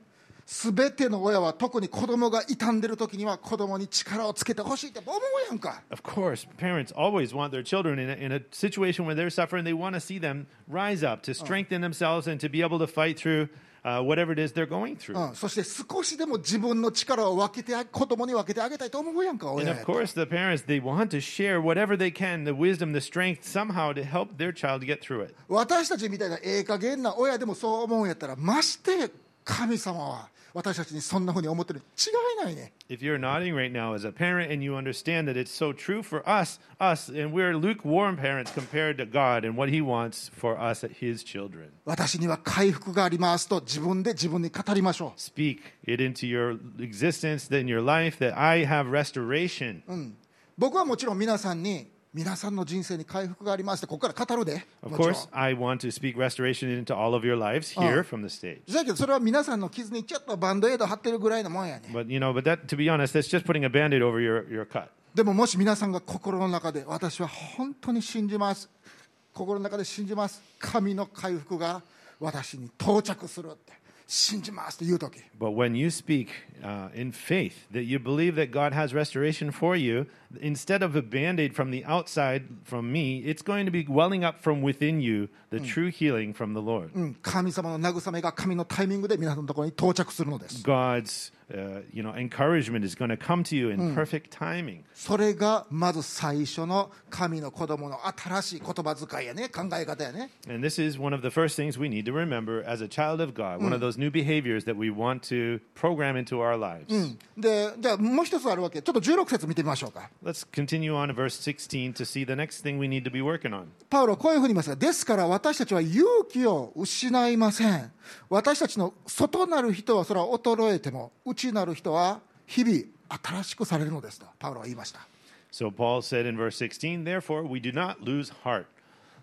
Speaker 1: 全ての親は特に子供が傷んでる時には子供に力をつけてほしいって思うやんか
Speaker 2: Of course, parents always want their children in a, in a situation where they're suffering. They want to see them rise up to strengthen themselves and to be able to fight through uh, whatever it is they're going through.
Speaker 1: うん、そして少しでも自分の力を分けてあ子供に分けてあげたいと思うやんか
Speaker 2: And
Speaker 1: 親
Speaker 2: of
Speaker 1: やと
Speaker 2: course, the parents, they want to share whatever they can the wisdom, the strength, somehow to help their child get through it.
Speaker 1: 私たちみたいなええ加減な親でもそう思うんやったらまして神様は私たちにそんなふうに思ってるに違いないね
Speaker 2: If you're nodding right now as a parent and you understand that it's so true for us, us, and we're lukewarm parents compared to God and what He wants for us, His children.
Speaker 1: 私には回復がありますと自分で自分に語りましょ
Speaker 2: Speak it into your existence, then your life, that I have restoration.
Speaker 1: う僕はもちろん皆さんに皆さんの人生に回復がありますってここから語るで
Speaker 2: Of
Speaker 1: もちろん
Speaker 2: course, I want to speak restoration into all of your lives here
Speaker 1: Oh.
Speaker 2: from the stage.
Speaker 1: だけどそれは皆さんの傷にちょっとバンドエイド貼ってるぐらいのもんやね
Speaker 2: But you know, but that to be honest, that's just putting a band-aid over your, your cut.
Speaker 1: でももし皆さんが心の中で私は本当に信じます心の中で信じます神の回復が私に到着するって信じますって言う時
Speaker 2: But when you speak uh, in faith that you believe that God has restoration for you, instead of a band aid from the outside from me, it's going to be welling up from within you the true healing
Speaker 1: Mm.
Speaker 2: from the Lord.
Speaker 1: うん神様の慰めが神のタイミングで皆さんのところに到着するのです
Speaker 2: God's uh, you know, encouragement is going to come to you in perfect timing.
Speaker 1: それがまず最初の神の子供の新しい言葉遣いやね考え方やね
Speaker 2: And this is one of the first things we need to remember as a child of God, one of those new behaviors that we want to program into our lives.
Speaker 1: Mm. でじゃあもう一つあるわけちょっと16節見てみましょうか
Speaker 2: Let's continue on to verse 16 to see the next thing we need to be working on.
Speaker 1: パウロはこういうふうに言いますがですから私たちは勇気を失いません私たちの外なる人はそれは衰えても内なる人は日々新しくされるのですとパウロは言いました
Speaker 2: So Paul said in verse 16, Therefore we do not lose heart.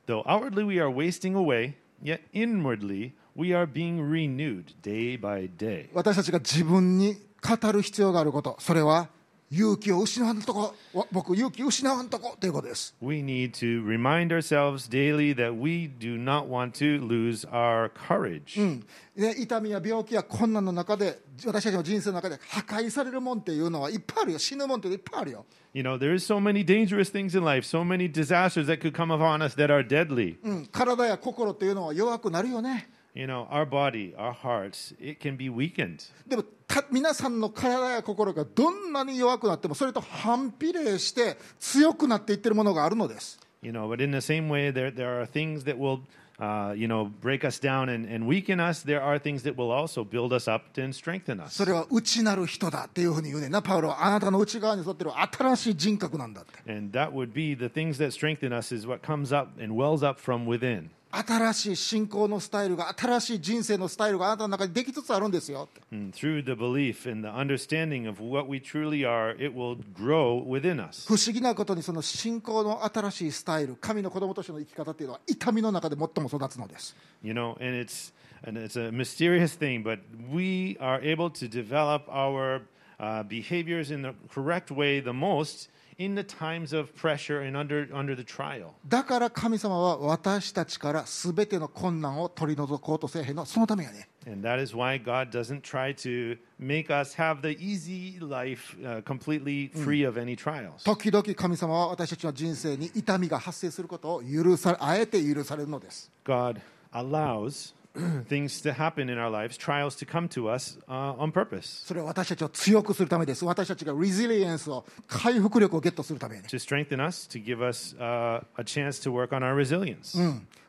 Speaker 2: Though outwardly we are wasting away, yet inwardly we are being renewed day by day.
Speaker 1: 私たちが自分に語る必要があることそれは勇気を失わんとこわ僕勇気失わんとこということです
Speaker 2: We need to remind ourselves daily that we do not want to lose our courage.
Speaker 1: Mm. ね、痛みや病気や困難の中で私たちの人生の中で破壊されるもんっていうのはいっぱいあるよ死ぬもんっていうのいっぱいあるよ
Speaker 2: You know, there is so many dangerous things in life, so many disasters that could come upon us that are deadly.
Speaker 1: うん、体や心っていうのは弱くなるよね
Speaker 2: You know, our body, our hearts, it can be weakened.
Speaker 1: でもた皆さんの体や心がどんなに弱くなってもそれと反比例して強くなっていってるものがあるのです
Speaker 2: You know, but in the same way, there there are things that will, uh, you know, break us down and, and weaken us. There are things that will also build us up and strengthen us.
Speaker 1: それは内なる人だっていうふうに言うねんなパウロはあなたの内側に沿ってる新しい人格なんだって
Speaker 2: And that would be the things that strengthen us is what comes up and wells up from within.
Speaker 1: 新しい信仰のスタイルが新しい人生のスタイルがあなたの中にできつつあるんですよって
Speaker 2: And through the belief and the understanding of what we truly are, it will grow within us.
Speaker 1: 不思議なことにその信仰の新しいスタイル神の子供としての生き方っていうのは痛みの中で最も育つのです
Speaker 2: You know, and it's and it's a mysterious thing, but we are able to develop our uh, behaviors in the correct way the most in the times of pressure and under under the trial.
Speaker 1: だから神様は私たちから全ての困難を取り除こうとせえへんのそのためやね
Speaker 2: And that is why God doesn't try to make us have the easy life uh, completely free of any trials.
Speaker 1: 時々神様は私たちの人生に痛みが発生することを許さあえて許されるのです
Speaker 2: God allows <clears throat> things to happen in our lives, trials to come to us uh, on purpose
Speaker 1: それは私たちを強くするためです私たちがレジリエンスを回復力をゲットするためやね
Speaker 2: to strengthen us, to give us uh, a chance to work on our resilience.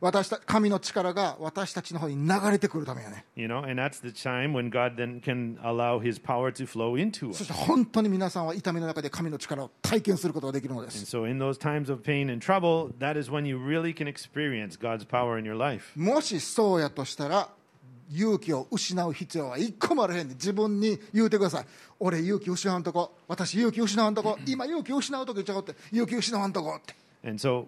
Speaker 1: 私た神の力が私たちの方に流れてくるためやね
Speaker 2: You know, and that's the time when God then can allow His power to flow into
Speaker 1: そし
Speaker 2: us.
Speaker 1: て本当に皆さんは痛みの中で神の力を体験することができるのです
Speaker 2: And so, in those times of pain and trouble, that is when you really can experience God's power in your life.
Speaker 1: もしそうやとしたら勇気を失う必要は一個もあらへんで自分に言うてください俺勇気失わんとこ私勇気失わんとこ今勇気失うとこ言っちゃおうって勇気失わんとこって
Speaker 2: And so,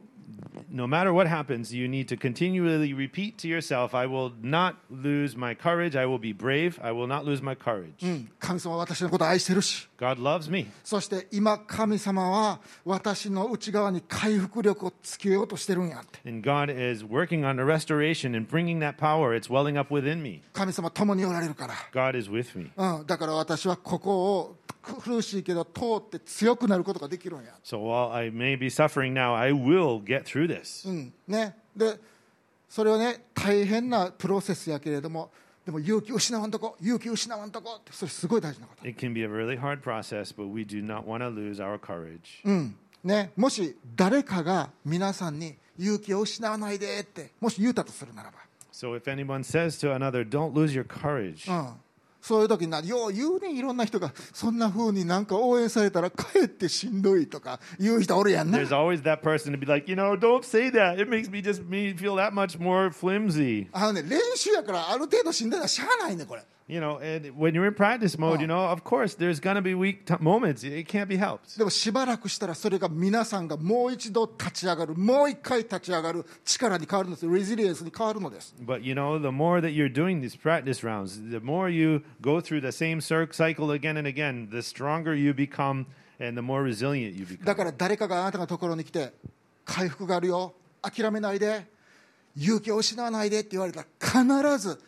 Speaker 2: no matter what happens, you need to continually repeat to yourself, I will not lose my courage. I will be brave. I will not lose my courage.
Speaker 1: Mm. 神様は私のことを愛してるし
Speaker 2: God loves me.
Speaker 1: そして今神様は私の内側に回復力をつけようとしてるんやって
Speaker 2: And God is working on the restoration and bringing that power. It's welling up within me.
Speaker 1: 神様共におられるか
Speaker 2: God is with me.
Speaker 1: ら、うん、だから私はここを苦しいけど通って強くなることができるんや
Speaker 2: So while I may be suffering now, I will get through this.
Speaker 1: うんね、でそれはね大変なプロセスやけれどもでも勇気失わんとこ勇気失わんとこってそれすごい大事なこと、
Speaker 2: It can be a really hard process, but we do not want to lose our courage.
Speaker 1: うんね、もし誰かが皆さんに勇気を失わないでってもし言うたとするなら
Speaker 2: So if anyone says to another, don't lose your courage,
Speaker 1: ば、うん、そういう時になよう言うねいろんな人がそんな風になんか応援されたらかえってしんどいとか言う人おるやんな
Speaker 2: there's always that person to be like, you know, don't say that. It makes me just me feel that much more flimsy.
Speaker 1: あの、ね、練習やからある程度しんどいのはしゃあないねこれ
Speaker 2: You know, and when you're in practice mode, you know, of course, there's going to be weak t- moments. It can't be helped.
Speaker 1: でもしばらくしたらそれが皆さんがもう一度立ち上がるもう一回立ち上がる力に変わるんですレジリエンスに変わるのです
Speaker 2: But you know, the more that you're doing these practice rounds, the more you go through the same cir- cycle again and again, the stronger you become and the more resilient you become.
Speaker 1: だから誰かがあなたのところに来て回復があるよ諦めないで勇気を失わないでって言われたら必ず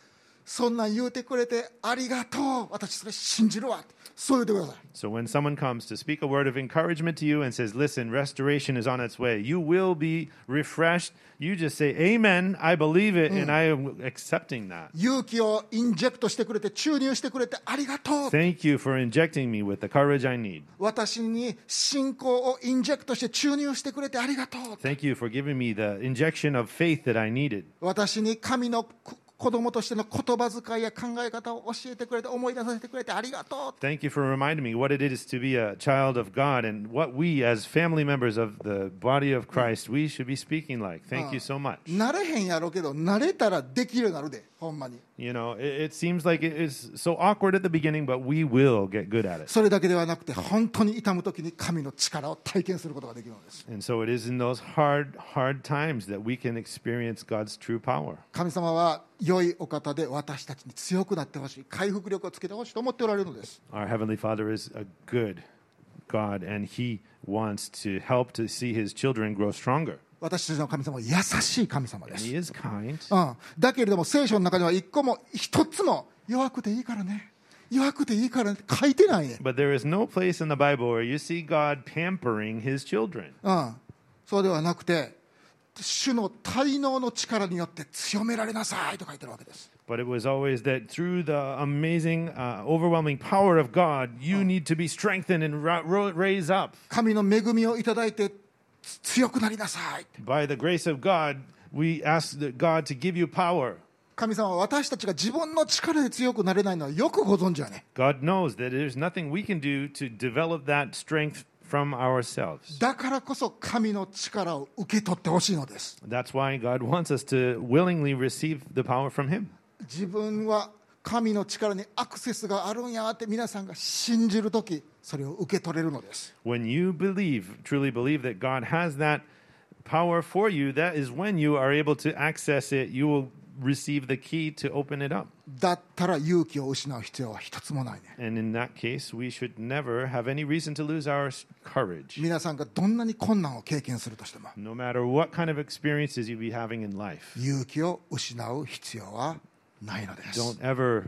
Speaker 1: そんなん言うてくれてありがとう私それ信じるわそう言ってください
Speaker 2: So when someone comes to speak a word of encouragement to you and says, "Listen, restoration is on its way. You will be refreshed." You just say, "Amen. I believe it and I am accepting that."
Speaker 1: 勇気をインジェクトしてくれて注入してくれてありがとう
Speaker 2: Thank you for injecting me with the courage I need.
Speaker 1: 私に信仰をインジェクトして注入してくれてありがとう
Speaker 2: Thank you for giving me the injection of faith that I needed.
Speaker 1: 私に神の子子供としての言葉遣いや考え方を教えてくれて思い出させてくれてありがと
Speaker 2: Thank you for reminding me what it is to be a child of God and what we, as family members of the body of Christ, we should be speaking like. Thank you so much.
Speaker 1: う慣れへんやろうけど慣れたらできるようになるでほんまに
Speaker 2: You know, it, it seems like it is so awkward at the beginning, but we will get good at it.
Speaker 1: それだけではなくて本当に痛む時に神の力を体験することができるのです
Speaker 2: And so it is in those hard, hard times that we can experience God's true power.
Speaker 1: 神様は良いお方で私たちに強くなってほしい回復力をつけてほしいと思っておられるのです
Speaker 2: Our Heavenly Father is a good God, and He wants to help to see His children grow stronger.
Speaker 1: 私たちの神様は優しい神様です
Speaker 2: He is kind.
Speaker 1: うん、だけれども聖書の中には一個も一つも弱くていいからね弱くていいからねって書いてないね、
Speaker 2: But there is no place in the Bible where you see God pampering his children.
Speaker 1: うん、そうではなくて主の滞納の力によって強められなさいと書いてるわけです
Speaker 2: But it was always that through the amazing, uh, overwhelming power of God, you need to be strengthened and ra- ro- raise up.
Speaker 1: 神の恵みをいただいてつ強くなりなさい
Speaker 2: By the grace of God, we ask that God to give you power.
Speaker 1: 神様は私たちが自分の力で強くなれないのはよくご存知やね
Speaker 2: God knows that there's nothing we can do to develop that strength from ourselves.
Speaker 1: だからこそ神の力を受け取ってほしいのです
Speaker 2: That's why God wants us to willingly receive the power from him.
Speaker 1: 自分は神の力にアクセスがあるんやって皆さんが信じるときそれを受け取れるのです
Speaker 2: When you believe, truly believe that God has that power for you, that is when you are able to access it. You will receive the key to open it up.
Speaker 1: だったら勇気を失う必要は一つもないね
Speaker 2: And in that case, we should never have any reason to lose our s- courage,
Speaker 1: 皆さんがどんなに困難を経験するとしても
Speaker 2: no matter what kind of experiences you be having in life.
Speaker 1: 勇気を失う必要はないのです
Speaker 2: Don't ever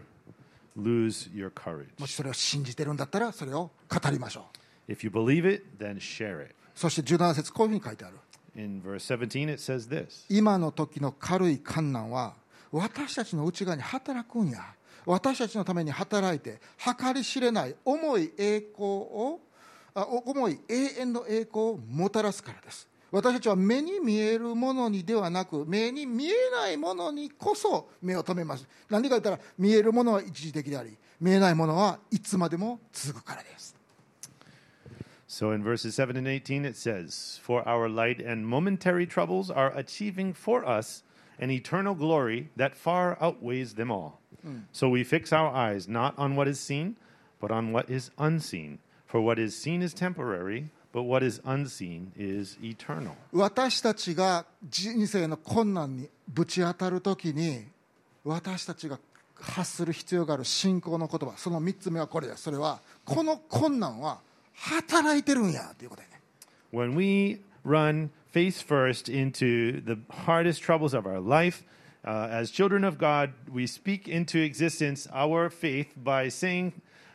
Speaker 2: lose your
Speaker 1: も
Speaker 2: courage.
Speaker 1: しそれを信じてるんだったらそれを語りましょう
Speaker 2: If you believe it, then share it.
Speaker 1: そして17節こういうふうに書いてある
Speaker 2: In verse 17, it says this
Speaker 1: 今の時の軽い観難は私たちの内側に働くんや私たちのために働いて計り知れない重い栄光をあお重い永遠の栄光をもたらすからです私たちは目に見えるものにではなく目に見えないものにこそ目を留めます何か言ったら見えるものは一時的であり見えないものはいつまでも続くからです
Speaker 2: So in verses 7 and 18, it says, For our light and momentary troubles are achieving for us an eternal glory that far outweighs them all. So we fix our eyes not on what is seen, but on what is unseen. For what is seen is temporary, but what is unseen is eternal.
Speaker 1: 私たちが人生の困難にぶち当たるときに私たちが発する必要がある信仰の言葉その3つ目はこれですそれはこの困難は働いてるんやということやね
Speaker 2: When we run face first into the hardest troubles of our life, uh, as children of God, we speak into existence our faith by saying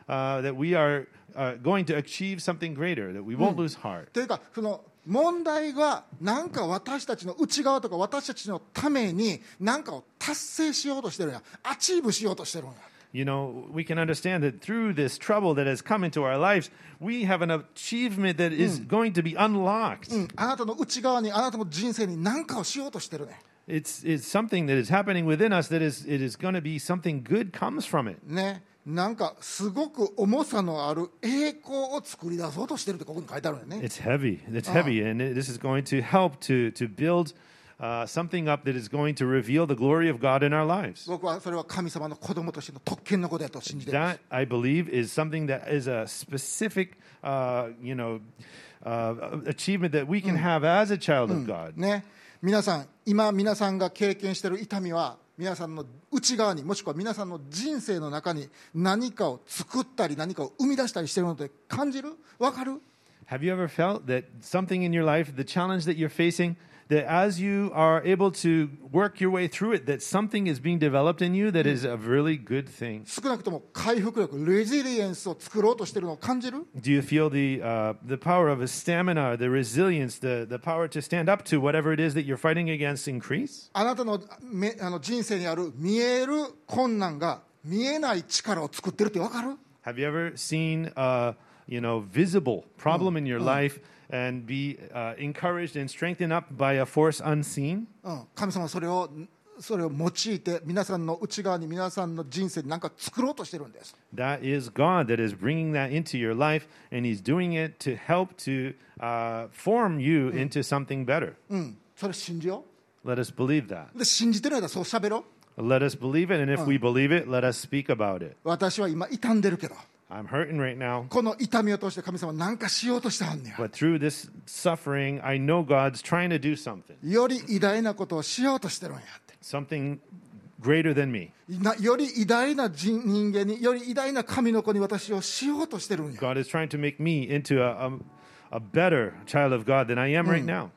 Speaker 2: uh, that we are uh, going to achieve something greater, that we won't lose heart.
Speaker 1: というかその問題がなんか私たちの内側とか私たちのために何かを達成しようとしてるんやアチーブしようとしてるんや
Speaker 2: You know, we can understand that through this trouble that has come into our lives, we have an achievement that is going to be unlocked.
Speaker 1: うんあなたの内側にあなたの人生に何かをしようとしてるね
Speaker 2: It's, it's something that is happening within us that is, it is going to be something good comes from it.
Speaker 1: ね、なんかすごく重さのある栄光を作り出そうとしてるってここに書いてあるよね
Speaker 2: It's heavy. It's heavy, and it- this is going to help to to build uh, something up that is going to reveal the glory of God in our lives.
Speaker 1: 僕はそれは神様の子供としての特権のことやと信じてる
Speaker 2: That I believe is something that is a specific, uh, you know, uh, achievement that we can have as a child of God.
Speaker 1: ね皆さん今皆さんが経験してる痛みは皆さんの内側にもしくは皆さんの人生の中に何かを作ったり何かを生み出したりしてるので感じるわかる
Speaker 2: Have you ever felt that something in your life, the challenge that you're facing, that as you are able to work your way through it, that something is being developed in you that is a really good thing.
Speaker 1: 少なくとも回復力レジリエンスを作ろうとしているのを感じる
Speaker 2: Do you feel the uh, the power of a stamina, the resilience, the the power to stand up to whatever it is that you're fighting against increase?
Speaker 1: あなたのめあの人生にある見える困難が見えない力を作ってるって分かる
Speaker 2: Have you ever seen uh, you know visible problem in your life and be uh, encouraged and strengthened up by a force unseen?
Speaker 1: うん、神様はそれをそれを用いて皆さんの内側に皆さんの人生に何か作ろうとしてるんです
Speaker 2: That is God that is bringing that into your life, and He's doing it to help to uh, form you into something better.
Speaker 1: うんそれ信じよ
Speaker 2: Let us believe that.
Speaker 1: うで信じてる間そう喋ろう
Speaker 2: Let us believe it, and if we believe it, let us speak about it.
Speaker 1: 私は今傷んでるけど
Speaker 2: I'm hurting right now,
Speaker 1: この痛みを通して神様は何かしようとしてはんねや
Speaker 2: but through this suffering, I know God's trying to do something,
Speaker 1: より偉大なことをしようとしてるんやって
Speaker 2: something greater than me.
Speaker 1: なより偉大な人人間により偉大な神の子に私をしようとしてるんや
Speaker 2: God is trying to make me into a, a, a better child of God than I am right now.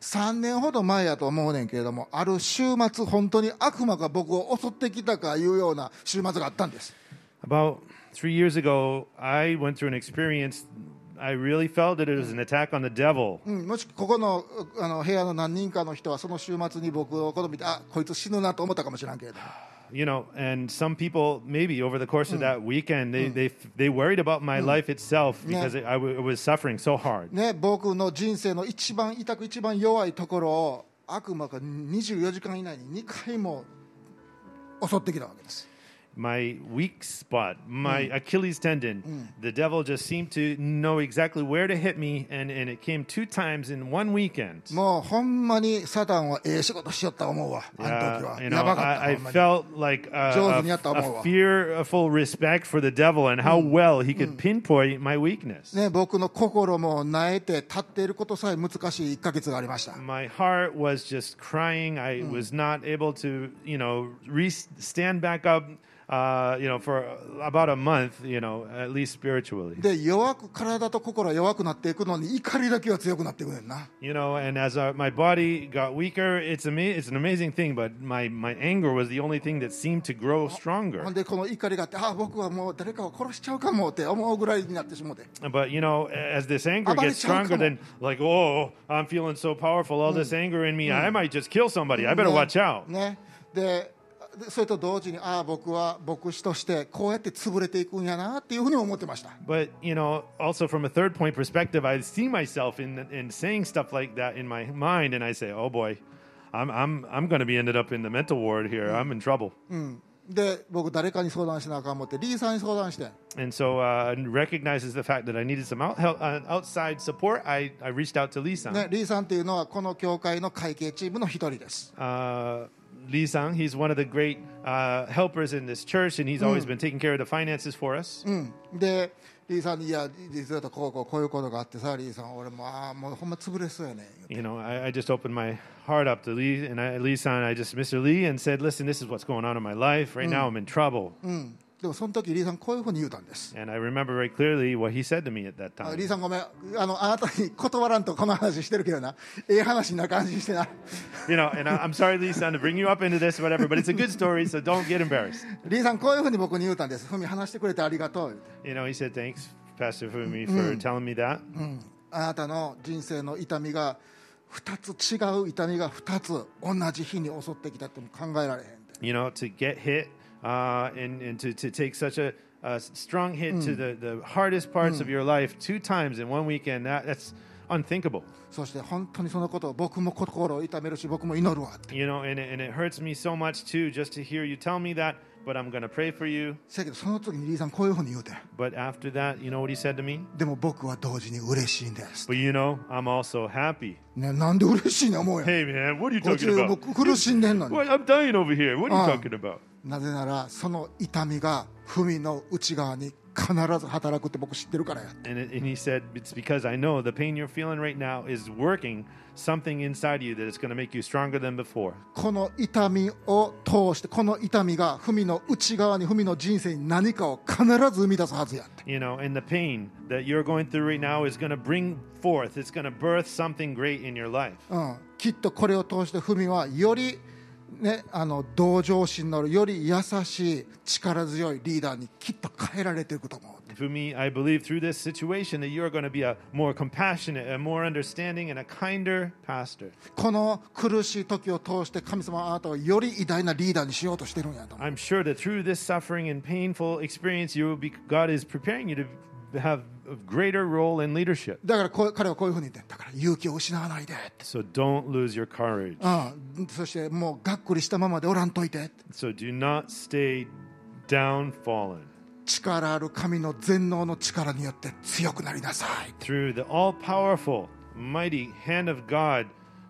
Speaker 1: 3年ほど前やと思うねんけれどもある週末本当に悪魔が僕を襲ってきたかいうような週末があったんです
Speaker 2: About three years ago, I went through an experience. I really felt that it was an attack on the devil.
Speaker 1: うん、もしここのうあの部屋の何人かの人はその週末に僕をこの見てあこいつ死ぬなと思ったかもしれんけれど
Speaker 2: You know, and some people maybe over the course of that weekend, they they they worried about my life itself because it, I w- was suffering so hard.
Speaker 1: ね僕の人生の一番痛く一番弱いところを悪魔が24時間以内に2回も襲ってきたわけです、
Speaker 2: My weak spot, my Achilles tendon. The devil just seemed to know exactly where to hit me, and and it came two times in one weekend.
Speaker 1: もうほんまにサタンはええ仕事しよった思うわあの
Speaker 2: Uh,
Speaker 1: 時は、
Speaker 2: you know,
Speaker 1: やばかった
Speaker 2: I, I
Speaker 1: ほんまに
Speaker 2: felt like uh, a, a,
Speaker 1: 上手にやった思うわ。
Speaker 2: a fearful respect for the devil and how well he could pinpoint my weakness.
Speaker 1: ね僕の心も萎えて立っていることさえ難しい1ヶ月がありました
Speaker 2: My heart was just crying. I was not able to, you know, re- stand back up. Uh, you know, for about a month, you know, at least spiritually.
Speaker 1: で弱く体と心は弱くなっていくのに怒りだけは強くなっていくねんな
Speaker 2: You know, and as uh, my body got weaker, it's ama- it's an amazing thing. But my my anger was the only thing that seemed to
Speaker 1: ほ
Speaker 2: grow stronger.
Speaker 1: んでこの怒りがあってああ僕はもう誰かを殺しちゃうかもって思うぐらいになってしもうて
Speaker 2: But you know, as this anger
Speaker 1: About
Speaker 2: gets
Speaker 1: it, Sean,
Speaker 2: stronger,
Speaker 1: come
Speaker 2: then like, oh, I'm feeling so powerful. All this anger in me, I might just kill somebody. I better
Speaker 1: Mm.
Speaker 2: watch out.
Speaker 1: ねででそれと同時にああ僕は牧師としてこうやって潰れていくんやなっていうふうに思ってました
Speaker 2: But you know, also from a third point perspective, I see myself in in saying stuff like that in my mind, and I say, oh boy, I'm I'm I'm going to be ended up in the mental ward here. I'm in trouble.
Speaker 1: で僕誰かに相談しなあかん思ってリーさんに相談して
Speaker 2: And so, uh, and recognizes the fact that I needed some out, help, uh, outside support. I, I reached out to Lee Sang.
Speaker 1: ねリーさんっていうのはこの教会の会計チームの一人です
Speaker 2: uh, Lee Sang. He's one of the great uh, helpers in this church, and he's always been taking care of the finances for us.
Speaker 1: うんでリーさんに「いや実はこうこうこういうことがあってさリーさん俺もああもうほんま潰れそうやねん」
Speaker 2: You know, I, I just opened my heart up to Lee and I, Lee Sang. I just Mr. Lee and said, "Listen, this is what's going on in my life right now. I'm in trouble."
Speaker 1: うん、でもその時リーさんこういうふうに言うたんです、
Speaker 2: And I remember very clearly what he said to me at that
Speaker 1: あリー
Speaker 2: time.
Speaker 1: さんごめんあのあなたに断らんとこの話してるけどなええ話にな感じしてな
Speaker 2: You know, and I, I'm sorry, Lee Sang, to bring you up into this, whatever. But it's a good story, so don't get embarrassed.
Speaker 1: リーさんこういうふうに僕に言うたんですふみ話してくれてありがとう言うて
Speaker 2: You know, he said, "Thanks, Pastor Fumi, for telling me that."
Speaker 1: あなたの人生の痛みが2つ違う痛みが2つ同じ日に襲ってきたっても考えられへんて
Speaker 2: you know, to get hit uh, and, and to, to take such a, a strong hit to the, the hardest parts of your life two times in one weekend, that, that's unthinkable.
Speaker 1: そして本当にそのことを僕も心を痛めるし僕も祈るわって
Speaker 2: You know, and, it- and it hurts me so much too just to hear you tell me that, but I'm going to pray for you.
Speaker 1: せやけどその時にリーさんこういうふうに言うてん
Speaker 2: But after that, you know what he said to me?
Speaker 1: でも僕は同時に嬉しいんです、
Speaker 2: But you know, I'm also happy.
Speaker 1: ね、なんで嬉しいねん思うやん
Speaker 2: Hey, man, what are you
Speaker 1: こっち
Speaker 2: talking
Speaker 1: で
Speaker 2: about?
Speaker 1: 僕苦しんでんのに
Speaker 2: Well, I'm dying over here. What are you
Speaker 1: Uh.
Speaker 2: talking about?
Speaker 1: なぜならその痛みが文の内側に必ず働くって僕知ってるからや
Speaker 2: And, it, and he said, It's because I know the pain you're feeling right now is working something inside you that is going to make you stronger than before.
Speaker 1: この痛みを通してこの痛みが文の内側に文の人生に何かを必ず生み出すはずやって
Speaker 2: You know, and the pain that you're going through right now is going to bring forth, it's going to birth something great in your life.
Speaker 1: うん、きっとこれを通して文はより、ね、あの同情心のあるより優しい力強いリーダーにきっと変えられていくと思う
Speaker 2: For me, I believe through this situation that you're going to be a more compassionate, a more understanding, and a kinder pastor.
Speaker 1: この苦しい時を通して神様はあなたをより偉大なリーダーにしようとしてるんやと思う
Speaker 2: I'm sure that through this suffering and painful experience, you will be, God is preparing you to have a greater role in leadership.
Speaker 1: だからこう彼はこういうふうに言ってだから勇気を失わないでって、
Speaker 2: So don't lose your courage.
Speaker 1: うん、そしてもうがっくりしたままでおらんといて
Speaker 2: So do not stay downfallen.
Speaker 1: 力ある神の全能の力によって強くなりなさい、
Speaker 2: Through the all powerful, mighty hand of God,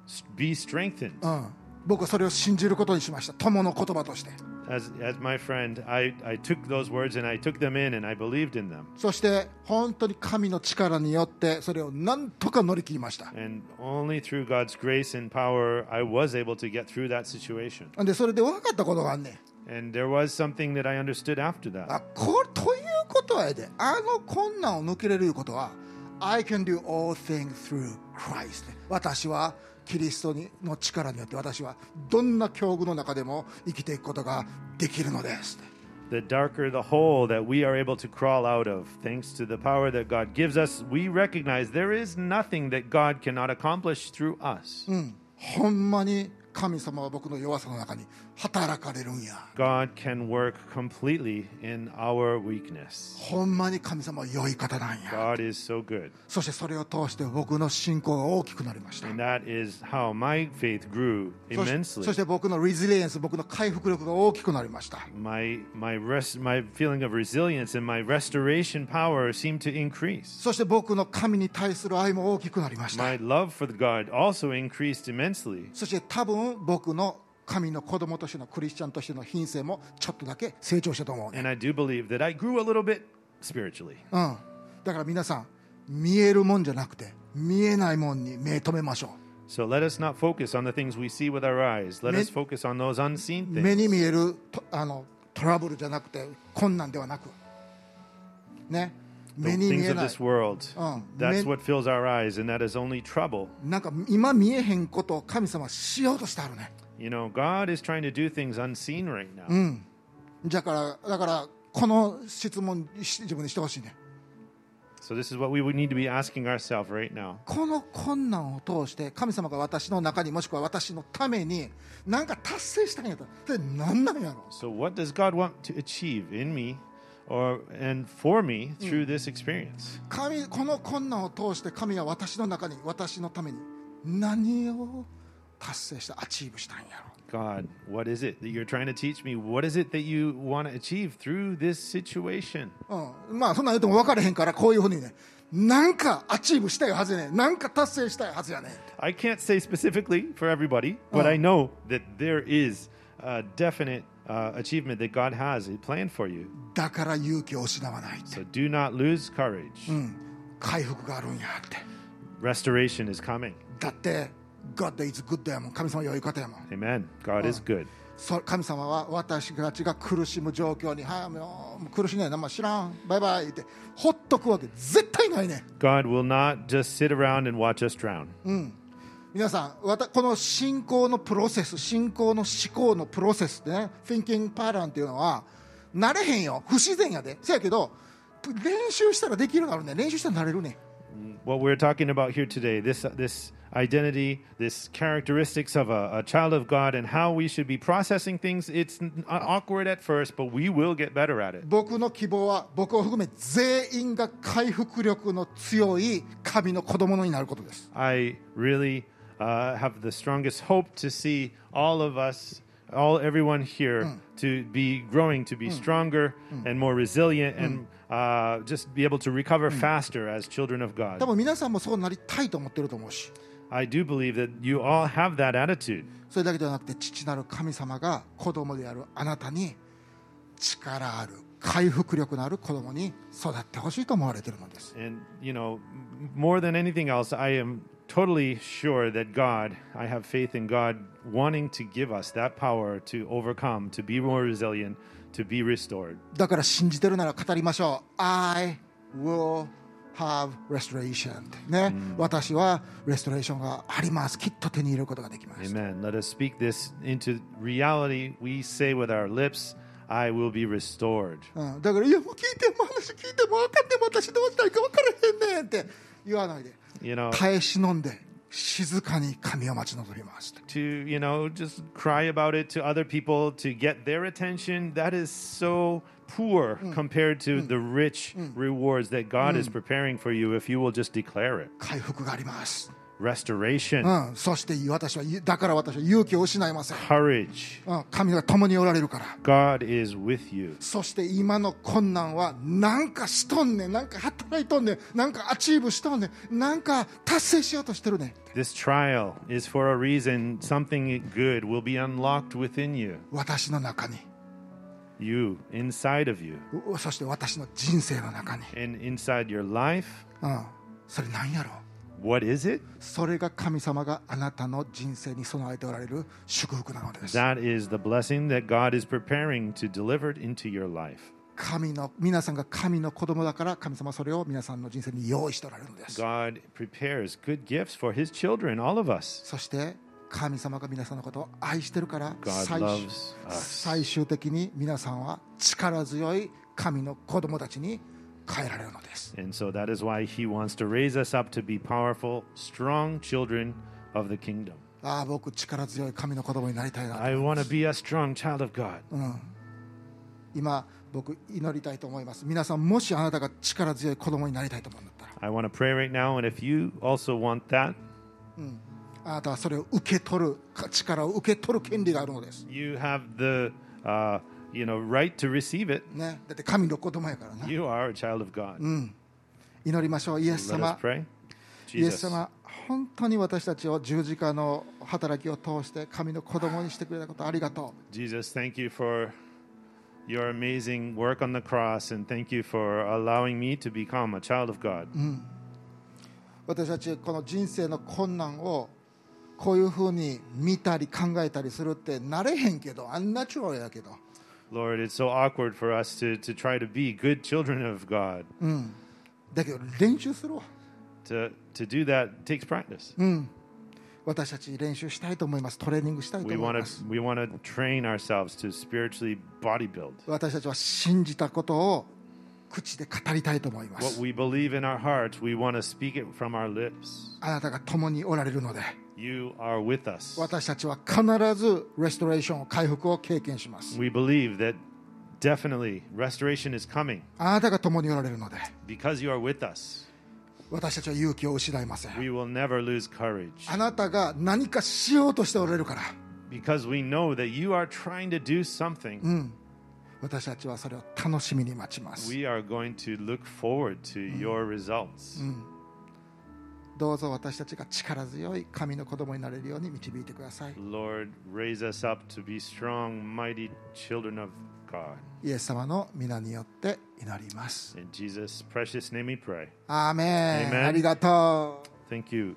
Speaker 2: s- be strengthened.
Speaker 1: うん、僕はそれを信じることにしました友の言葉として
Speaker 2: As, as my friend, I, I took those words and I took them in and I believed in them.
Speaker 1: そして本当に神の力によってそれを何とか乗り切りました
Speaker 2: And only through God's grace and power, I was able to get through that situation.
Speaker 1: でそれで分かったことがあんねん
Speaker 2: And there was something that I understood after that.
Speaker 1: あここということはやであの困難を抜けれるいうことは I can do all things through Christ 私はキリストにの力によって私はどんな境遇の中でも生きていくことができるのですって
Speaker 2: the darker the hole that we are able to crawl out of. Thanks to the power that God gives us, we recognize there is nothing that God cannot accomplish through us.
Speaker 1: ほんまに神様は僕の弱さの中に働かれるんや
Speaker 2: God can work completely in our weakness.
Speaker 1: ほんまに神様は良い方なんや
Speaker 2: God is so good.
Speaker 1: そしてそれを通して僕の信仰が大きくなりました
Speaker 2: And that is how my faith grew
Speaker 1: そし
Speaker 2: immensely.
Speaker 1: そして僕のリズリエンス僕の回復力が大きくなりました
Speaker 2: my my rest my feeling of resilience and my restoration power seemed to increase.
Speaker 1: そして僕の神に対する愛も大きくなりました
Speaker 2: My love for God also increased immensely.
Speaker 1: そして多分僕の神の子供としてのクリスチャンとしての品性もちょっとだけ成長したと思うね、
Speaker 2: And I do believe that I grew a little bit spiritually.
Speaker 1: うん、だから皆さん見えるもんじゃなくて見えないもんに目止めましょ
Speaker 2: So let us not focus on the things we see with our eyes. Let
Speaker 1: Men-
Speaker 2: us focus on those unseen
Speaker 1: う目
Speaker 2: things.
Speaker 1: に見えるとあのトラブルじゃなくて困難ではなくね
Speaker 2: The
Speaker 1: 目に見
Speaker 2: things
Speaker 1: え
Speaker 2: of
Speaker 1: ない
Speaker 2: this world.
Speaker 1: Oh,
Speaker 2: That's
Speaker 1: men-
Speaker 2: what fills our eyes, and that is only trouble.
Speaker 1: なんか今見えへんことを神様はしようとしてあるね
Speaker 2: You know, God is trying to do things unseen right now.
Speaker 1: だからだからこの質問し自分にしてほしいね
Speaker 2: So this is what we would need to be asking ourselves right now.
Speaker 1: この困難を通して神様が私の中にもしくは私のために何か達成したんやとそれ何なんやろ
Speaker 2: So what does God want to achieve in me or and for me through this experience?
Speaker 1: 神この困難を通して神は私の中に私のために何を達成したアチーブしたんやろ
Speaker 2: God, what is it that you're trying to teach me? What is it that you want to achieve through this situation?
Speaker 1: うん、まあそんなん言っても分からへんからこういうふうにねなんかアチーブしたいはずやねなんか達成したいはずやね
Speaker 2: I can't say specifically for everybody, but I know that there is a definite uh, achievement that God has planned for you.
Speaker 1: だから勇気を失わない
Speaker 2: So do not lose courage.
Speaker 1: 回復があるんやって
Speaker 2: Restoration is coming.
Speaker 1: だって God is good やもん神様は良い方やもん
Speaker 2: Amen. God is good.
Speaker 1: そ神様は私たちが苦しむ状況に「はいもうもう苦しないな、まあ、知らんバイバイ」ってほっとくわけ絶対ないねん
Speaker 2: God will not just sit around and watch us drown.
Speaker 1: 皆さんわたこの信仰のプロセス信仰の思考のプロセスってね thinking pattern っていうのは慣れへんよ不自然やでせやけど練習したらできるようになるねん練習したらなれるねん
Speaker 2: What we're talking about here today, this this identity, this characteristics of a, a child of God, and how we should be processing things. It's n- uh, awkward at first, but we will get better at it.
Speaker 1: 僕の希望は僕を含め全員が回復力の強い神の子供になることです
Speaker 2: I really uh, have the strongest hope to see all of us, all everyone here, to be growing, to be stronger and more resilient, and uh, just be able to recover faster as children of
Speaker 1: 多
Speaker 2: God.
Speaker 1: 分皆さんもそうなりたいと思ってると思うし
Speaker 2: I do believe that you all have that attitude.
Speaker 1: それだけではなくて父なる神様が子供であるあなたに力ある回復力のある子供に育ってほしいと思われているのです
Speaker 2: And, you know, m- more than anything else, I am totally sure that God, I have faith in God wanting to give us that power to overcome, to be more resilient, to be restored.
Speaker 1: だから信じてるなら語りましょう I will have restoration ね、私はレストレーションがありますきっと手に入れることができます
Speaker 2: Amen. Let us speak this into reality. We say with our lips, I will be restored.
Speaker 1: うん、だから、いや、もう聞いても、話聞いても、分かっても、私どうしたらいいか分からへんねんって言わないで、
Speaker 2: You know,
Speaker 1: 耐え忍んで、静かに神を待ち望みます。
Speaker 2: to, you know, just cry about it to other people to get their attention, that is so poor compared to the rich rewards that God is preparing for you if you will just declare it.
Speaker 1: 回復があります。
Speaker 2: Restoration,
Speaker 1: うん、そして私は、だから私は勇気を失いません。
Speaker 2: courage.
Speaker 1: うん、神が共におられるから。
Speaker 2: God is with you.
Speaker 1: そして今の困難はなんかしとんねんなんか働いとんねんなんかアチーブしとんねんなんか達成しようとしてるねん
Speaker 2: This trial is for a reason. Something good will be unlocked within you,
Speaker 1: 私の中に
Speaker 2: you, inside of you,
Speaker 1: うそして私の人生の中に、
Speaker 2: and inside your life.
Speaker 1: うん、それなんやろう
Speaker 2: What is it?
Speaker 1: それが神様があなたの人生に備えておられる祝福なのです
Speaker 2: That is the blessing that God is preparing to deliver it into your life.
Speaker 1: 神の皆さんが神の子供だから神様はそれを皆さんの人生に用意しておられるのです
Speaker 2: God prepares good gifts for his children, all of us.
Speaker 1: そして神様が皆さんのことを愛してるから
Speaker 2: God
Speaker 1: 最終
Speaker 2: loves us.
Speaker 1: 最終的に皆さんは力強い神の子供たちに変えられるのです
Speaker 2: And so that is why he wants to raise us up to be powerful, strong children of the kingdom.
Speaker 1: ああ僕力強い神の子供になりたいな
Speaker 2: I want to be a strong child of God.
Speaker 1: 今僕祈りたいと思います皆さんもしあなたが力強い子供になりたいと思うんだったら
Speaker 2: I want to pray right now, and if you also want that,
Speaker 1: あなたはそれを受け取るか力を受け取る権利があるのです、
Speaker 2: you have the uh, you know right to receive it.
Speaker 1: ね、だって神の子供やからな
Speaker 2: You are a child of God.
Speaker 1: 祈りましょうイエス
Speaker 2: Let us
Speaker 1: 様
Speaker 2: pray.
Speaker 1: イエス
Speaker 2: Jesus,
Speaker 1: 様本当に私たちを十字架の働きを通して神の子供にしてくれたことありがと
Speaker 2: Jesus, thank you for your amazing work on the cross, and thank you for allowing me to become a child of God.
Speaker 1: う私たちこの人生の困難をこういうふうに見たり考えたりするってなれへんけどアンナチュラルやけど
Speaker 2: Lord, it's so awkward for us to to try to be good children of God.
Speaker 1: だけど練習するわ
Speaker 2: To to do that takes practice.
Speaker 1: 私たち練習したいと思いますトレーニングしたいと
Speaker 2: We
Speaker 1: 思い
Speaker 2: want
Speaker 1: ま
Speaker 2: to
Speaker 1: す
Speaker 2: we want to train ourselves to spiritually bodybuild.
Speaker 1: 私たちは信じたことを口で語りたいと思いま
Speaker 2: What
Speaker 1: す
Speaker 2: we believe in our hearts, we want to speak it from our lips.
Speaker 1: あなたが共におられるので
Speaker 2: You are with us.
Speaker 1: 私たちは必ずレストレーション回復を経験します
Speaker 2: We believe that definitely restoration is coming
Speaker 1: あなたが共におられるので
Speaker 2: because you are with us.
Speaker 1: 私たちは勇気を失いません
Speaker 2: We will never lose courage
Speaker 1: あなたが何かしようとしておられるから
Speaker 2: because we know that you are trying to do something.
Speaker 1: 私たちはそれを楽しみに待ちます
Speaker 2: We are going to look forward to your results.
Speaker 1: どうぞ私たちが力強い神の子供になれるように導いてください
Speaker 2: Lord, raise us up to be strong, mighty children of God.
Speaker 1: イエス様の皆によって祈ります
Speaker 2: In Jesus' precious name we pray.
Speaker 1: アーメン
Speaker 2: Amen
Speaker 1: ありがとう
Speaker 2: Thank you. 。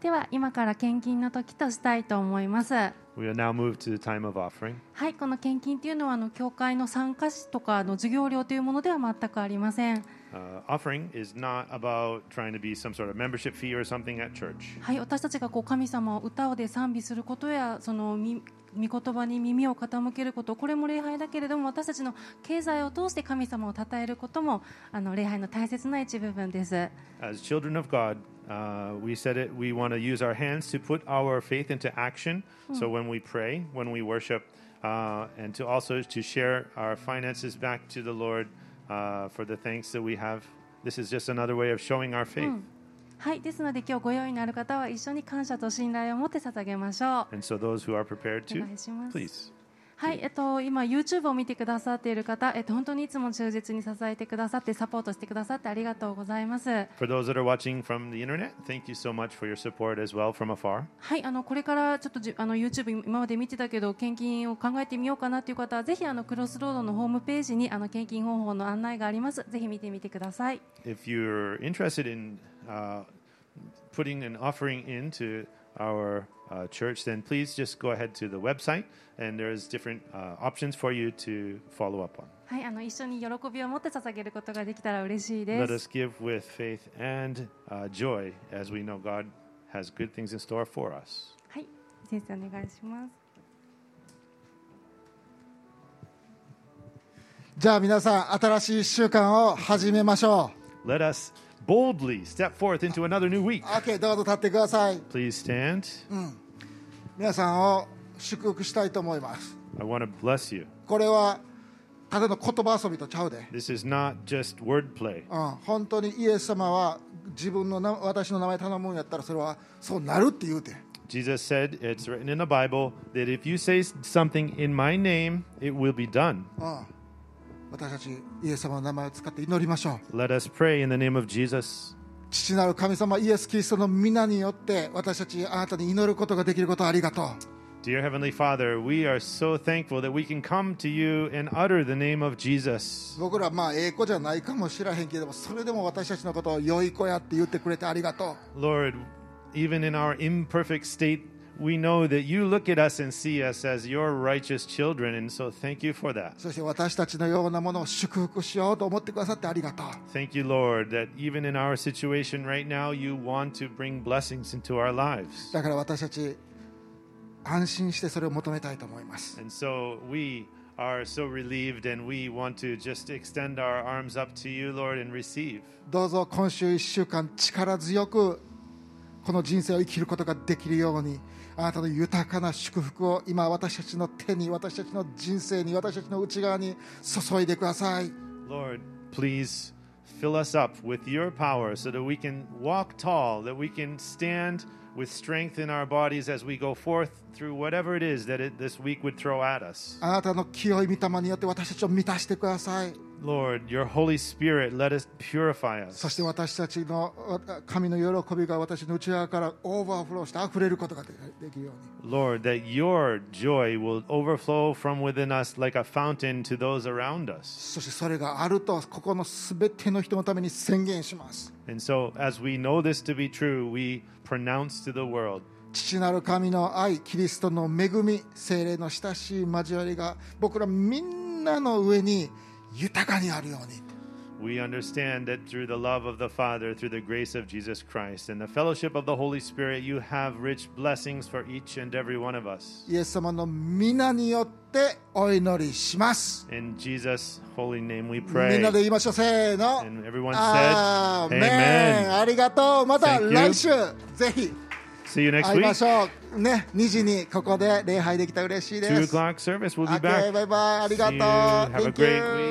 Speaker 3: では今から献金の時としたいと思います。は
Speaker 2: We will now move to the time of offering.
Speaker 3: い、この献金というのはあの教会の参加費とかの授業料というものでは全くありません。
Speaker 2: Uh, offering is not about trying to be some sort of membership fee or something at church.
Speaker 3: はい、私たちがこう神様を歌をで賛美することやそのみ御言葉に耳を傾けることこれも礼拝だけれども私たちの経済を通して神様を称えることもあの礼拝の大切な一部分です。
Speaker 2: As children of God, uh, we said it, we want to use our hands to put our faith into action. So when we pray, when we worship, uh, and to also to share our finances back to the Lord uh, for the thanks that we have. This is just another way of showing our faith.
Speaker 3: はい、ですので今日ご用意のある方は一緒に感謝と信頼を持って捧げましょう。
Speaker 2: And so those who are prepared to,
Speaker 3: お願いします。
Speaker 2: please.
Speaker 3: はい、えっと、今 YouTube を見てくださっている方、えっと、本当にいつも忠実に支えてくださってサポートしてくださってありがとうございます。
Speaker 2: For those that are watching from the internet, thank you so much for your support as well from afar.
Speaker 3: はい、あのこれからちょっとじあの YouTube 今まで見てたけど献金を考えてみようかなっていう方はぜひあのクロスロードのホームページにあの献金方法の案内があります。ぜひ見てみてください。
Speaker 2: If you're interested in uh, putting an offering into our uh, church, then please just go ahead to the website, and there's different uh, options for you to follow up on.
Speaker 3: はい、あの一緒に喜びを持って捧げることができたら嬉しいで
Speaker 2: Let us
Speaker 3: す。
Speaker 2: give with faith and uh, joy, as we know God has good things in store for us.
Speaker 3: はい、先生お願いします。
Speaker 1: じゃあ皆さん新しい1週間を始めましょ
Speaker 2: Let us boldly step forth into another new
Speaker 1: う
Speaker 2: week.
Speaker 1: OK どうぞ立ってください
Speaker 2: Please stand.
Speaker 1: 皆さんを祝福したいと思います
Speaker 2: I want to bless you.
Speaker 1: これはただの言葉遊びとちゃうで、
Speaker 2: This is not just wordplay.
Speaker 1: うん、本当にイエス様は自分のな私の名前頼むんやったらそれはそうなるって言うて
Speaker 2: Jesus said, it's written in the Bible, that if you say something in my name, it will be done.
Speaker 1: うん私たちイエス様の名前を使って祈りましょう
Speaker 2: Let us pray in the name of Jesus.
Speaker 1: 父なる神様イエス・キリストの皆によって私たちあなたに祈ることができることをありがとう
Speaker 2: Dear Heavenly Father, we are so thankful that we can come to you and utter the name of Jesus.
Speaker 1: 僕らまあええ子じゃないかもしれへんけれどもそれでも私たちのことを良い子やって言ってくれてありがと
Speaker 2: Lord, even in our imperfect state, we know that you look at us and see us as your righteous children, and so thank you for that.
Speaker 1: うそして私たちのようなものを祝福しようと思ってくださってありがとう
Speaker 2: Thank you, Lord, that even in our situation right now, you want to bring blessings into our lives.
Speaker 1: だから私たち安心してそれを求めたいと思います
Speaker 2: And so we are so relieved and we want to just extend our arms up to you, Lord, and receive.
Speaker 1: どうぞ今週1週間力強くこの人生を生きることができるようにあなたの豊かな祝福を今私たちの手に私たちの人生に私たちの内側に注いでください
Speaker 2: Lord, please fill us up with your power so that we can walk tall, that we can stand with strength in our bodies as we go forth through whatever it is that it, this week would throw at us.
Speaker 1: あなたの清い御霊によって私たちを満たしてください
Speaker 2: Lord, your Holy Spirit, let us purify
Speaker 1: そ
Speaker 2: us.
Speaker 1: して私たちのわ神の喜びが私の内側からオーバーフローして溢れることがでできるように
Speaker 2: Lord, that your joy will overflow from within us like a fountain to those around us.
Speaker 1: そしてそれがあるとここの全ての人のために宣言します
Speaker 2: And so, as we know this to be true, we pronounce to the world
Speaker 1: 父なる神の愛キリストの恵み精霊の親しい交わりが僕らみんなの上に豊かにあるように
Speaker 2: we understand that through the love of the Father, through the grace of Jesus Christ, and the fellowship of the Holy Spirit, you have rich blessings for each and every one of us.
Speaker 1: イエス様の皆によってお祈りします
Speaker 2: In Jesus' holy name we
Speaker 1: みん
Speaker 2: pray.
Speaker 1: なで言いましょうせーの
Speaker 2: And everyone said,
Speaker 1: あーメ
Speaker 2: Amen.
Speaker 1: ンありがとうまた
Speaker 2: Thank you.
Speaker 1: 来週ぜひ
Speaker 2: See you next
Speaker 1: 会いま
Speaker 2: week.
Speaker 1: しょうね2時にここで礼拝できたら嬉しい
Speaker 2: Two
Speaker 1: です
Speaker 2: o'clock service. We'll be
Speaker 1: OK バイ
Speaker 2: back.
Speaker 1: バイありがとう
Speaker 2: See you. Have a
Speaker 1: Thank you
Speaker 2: great week.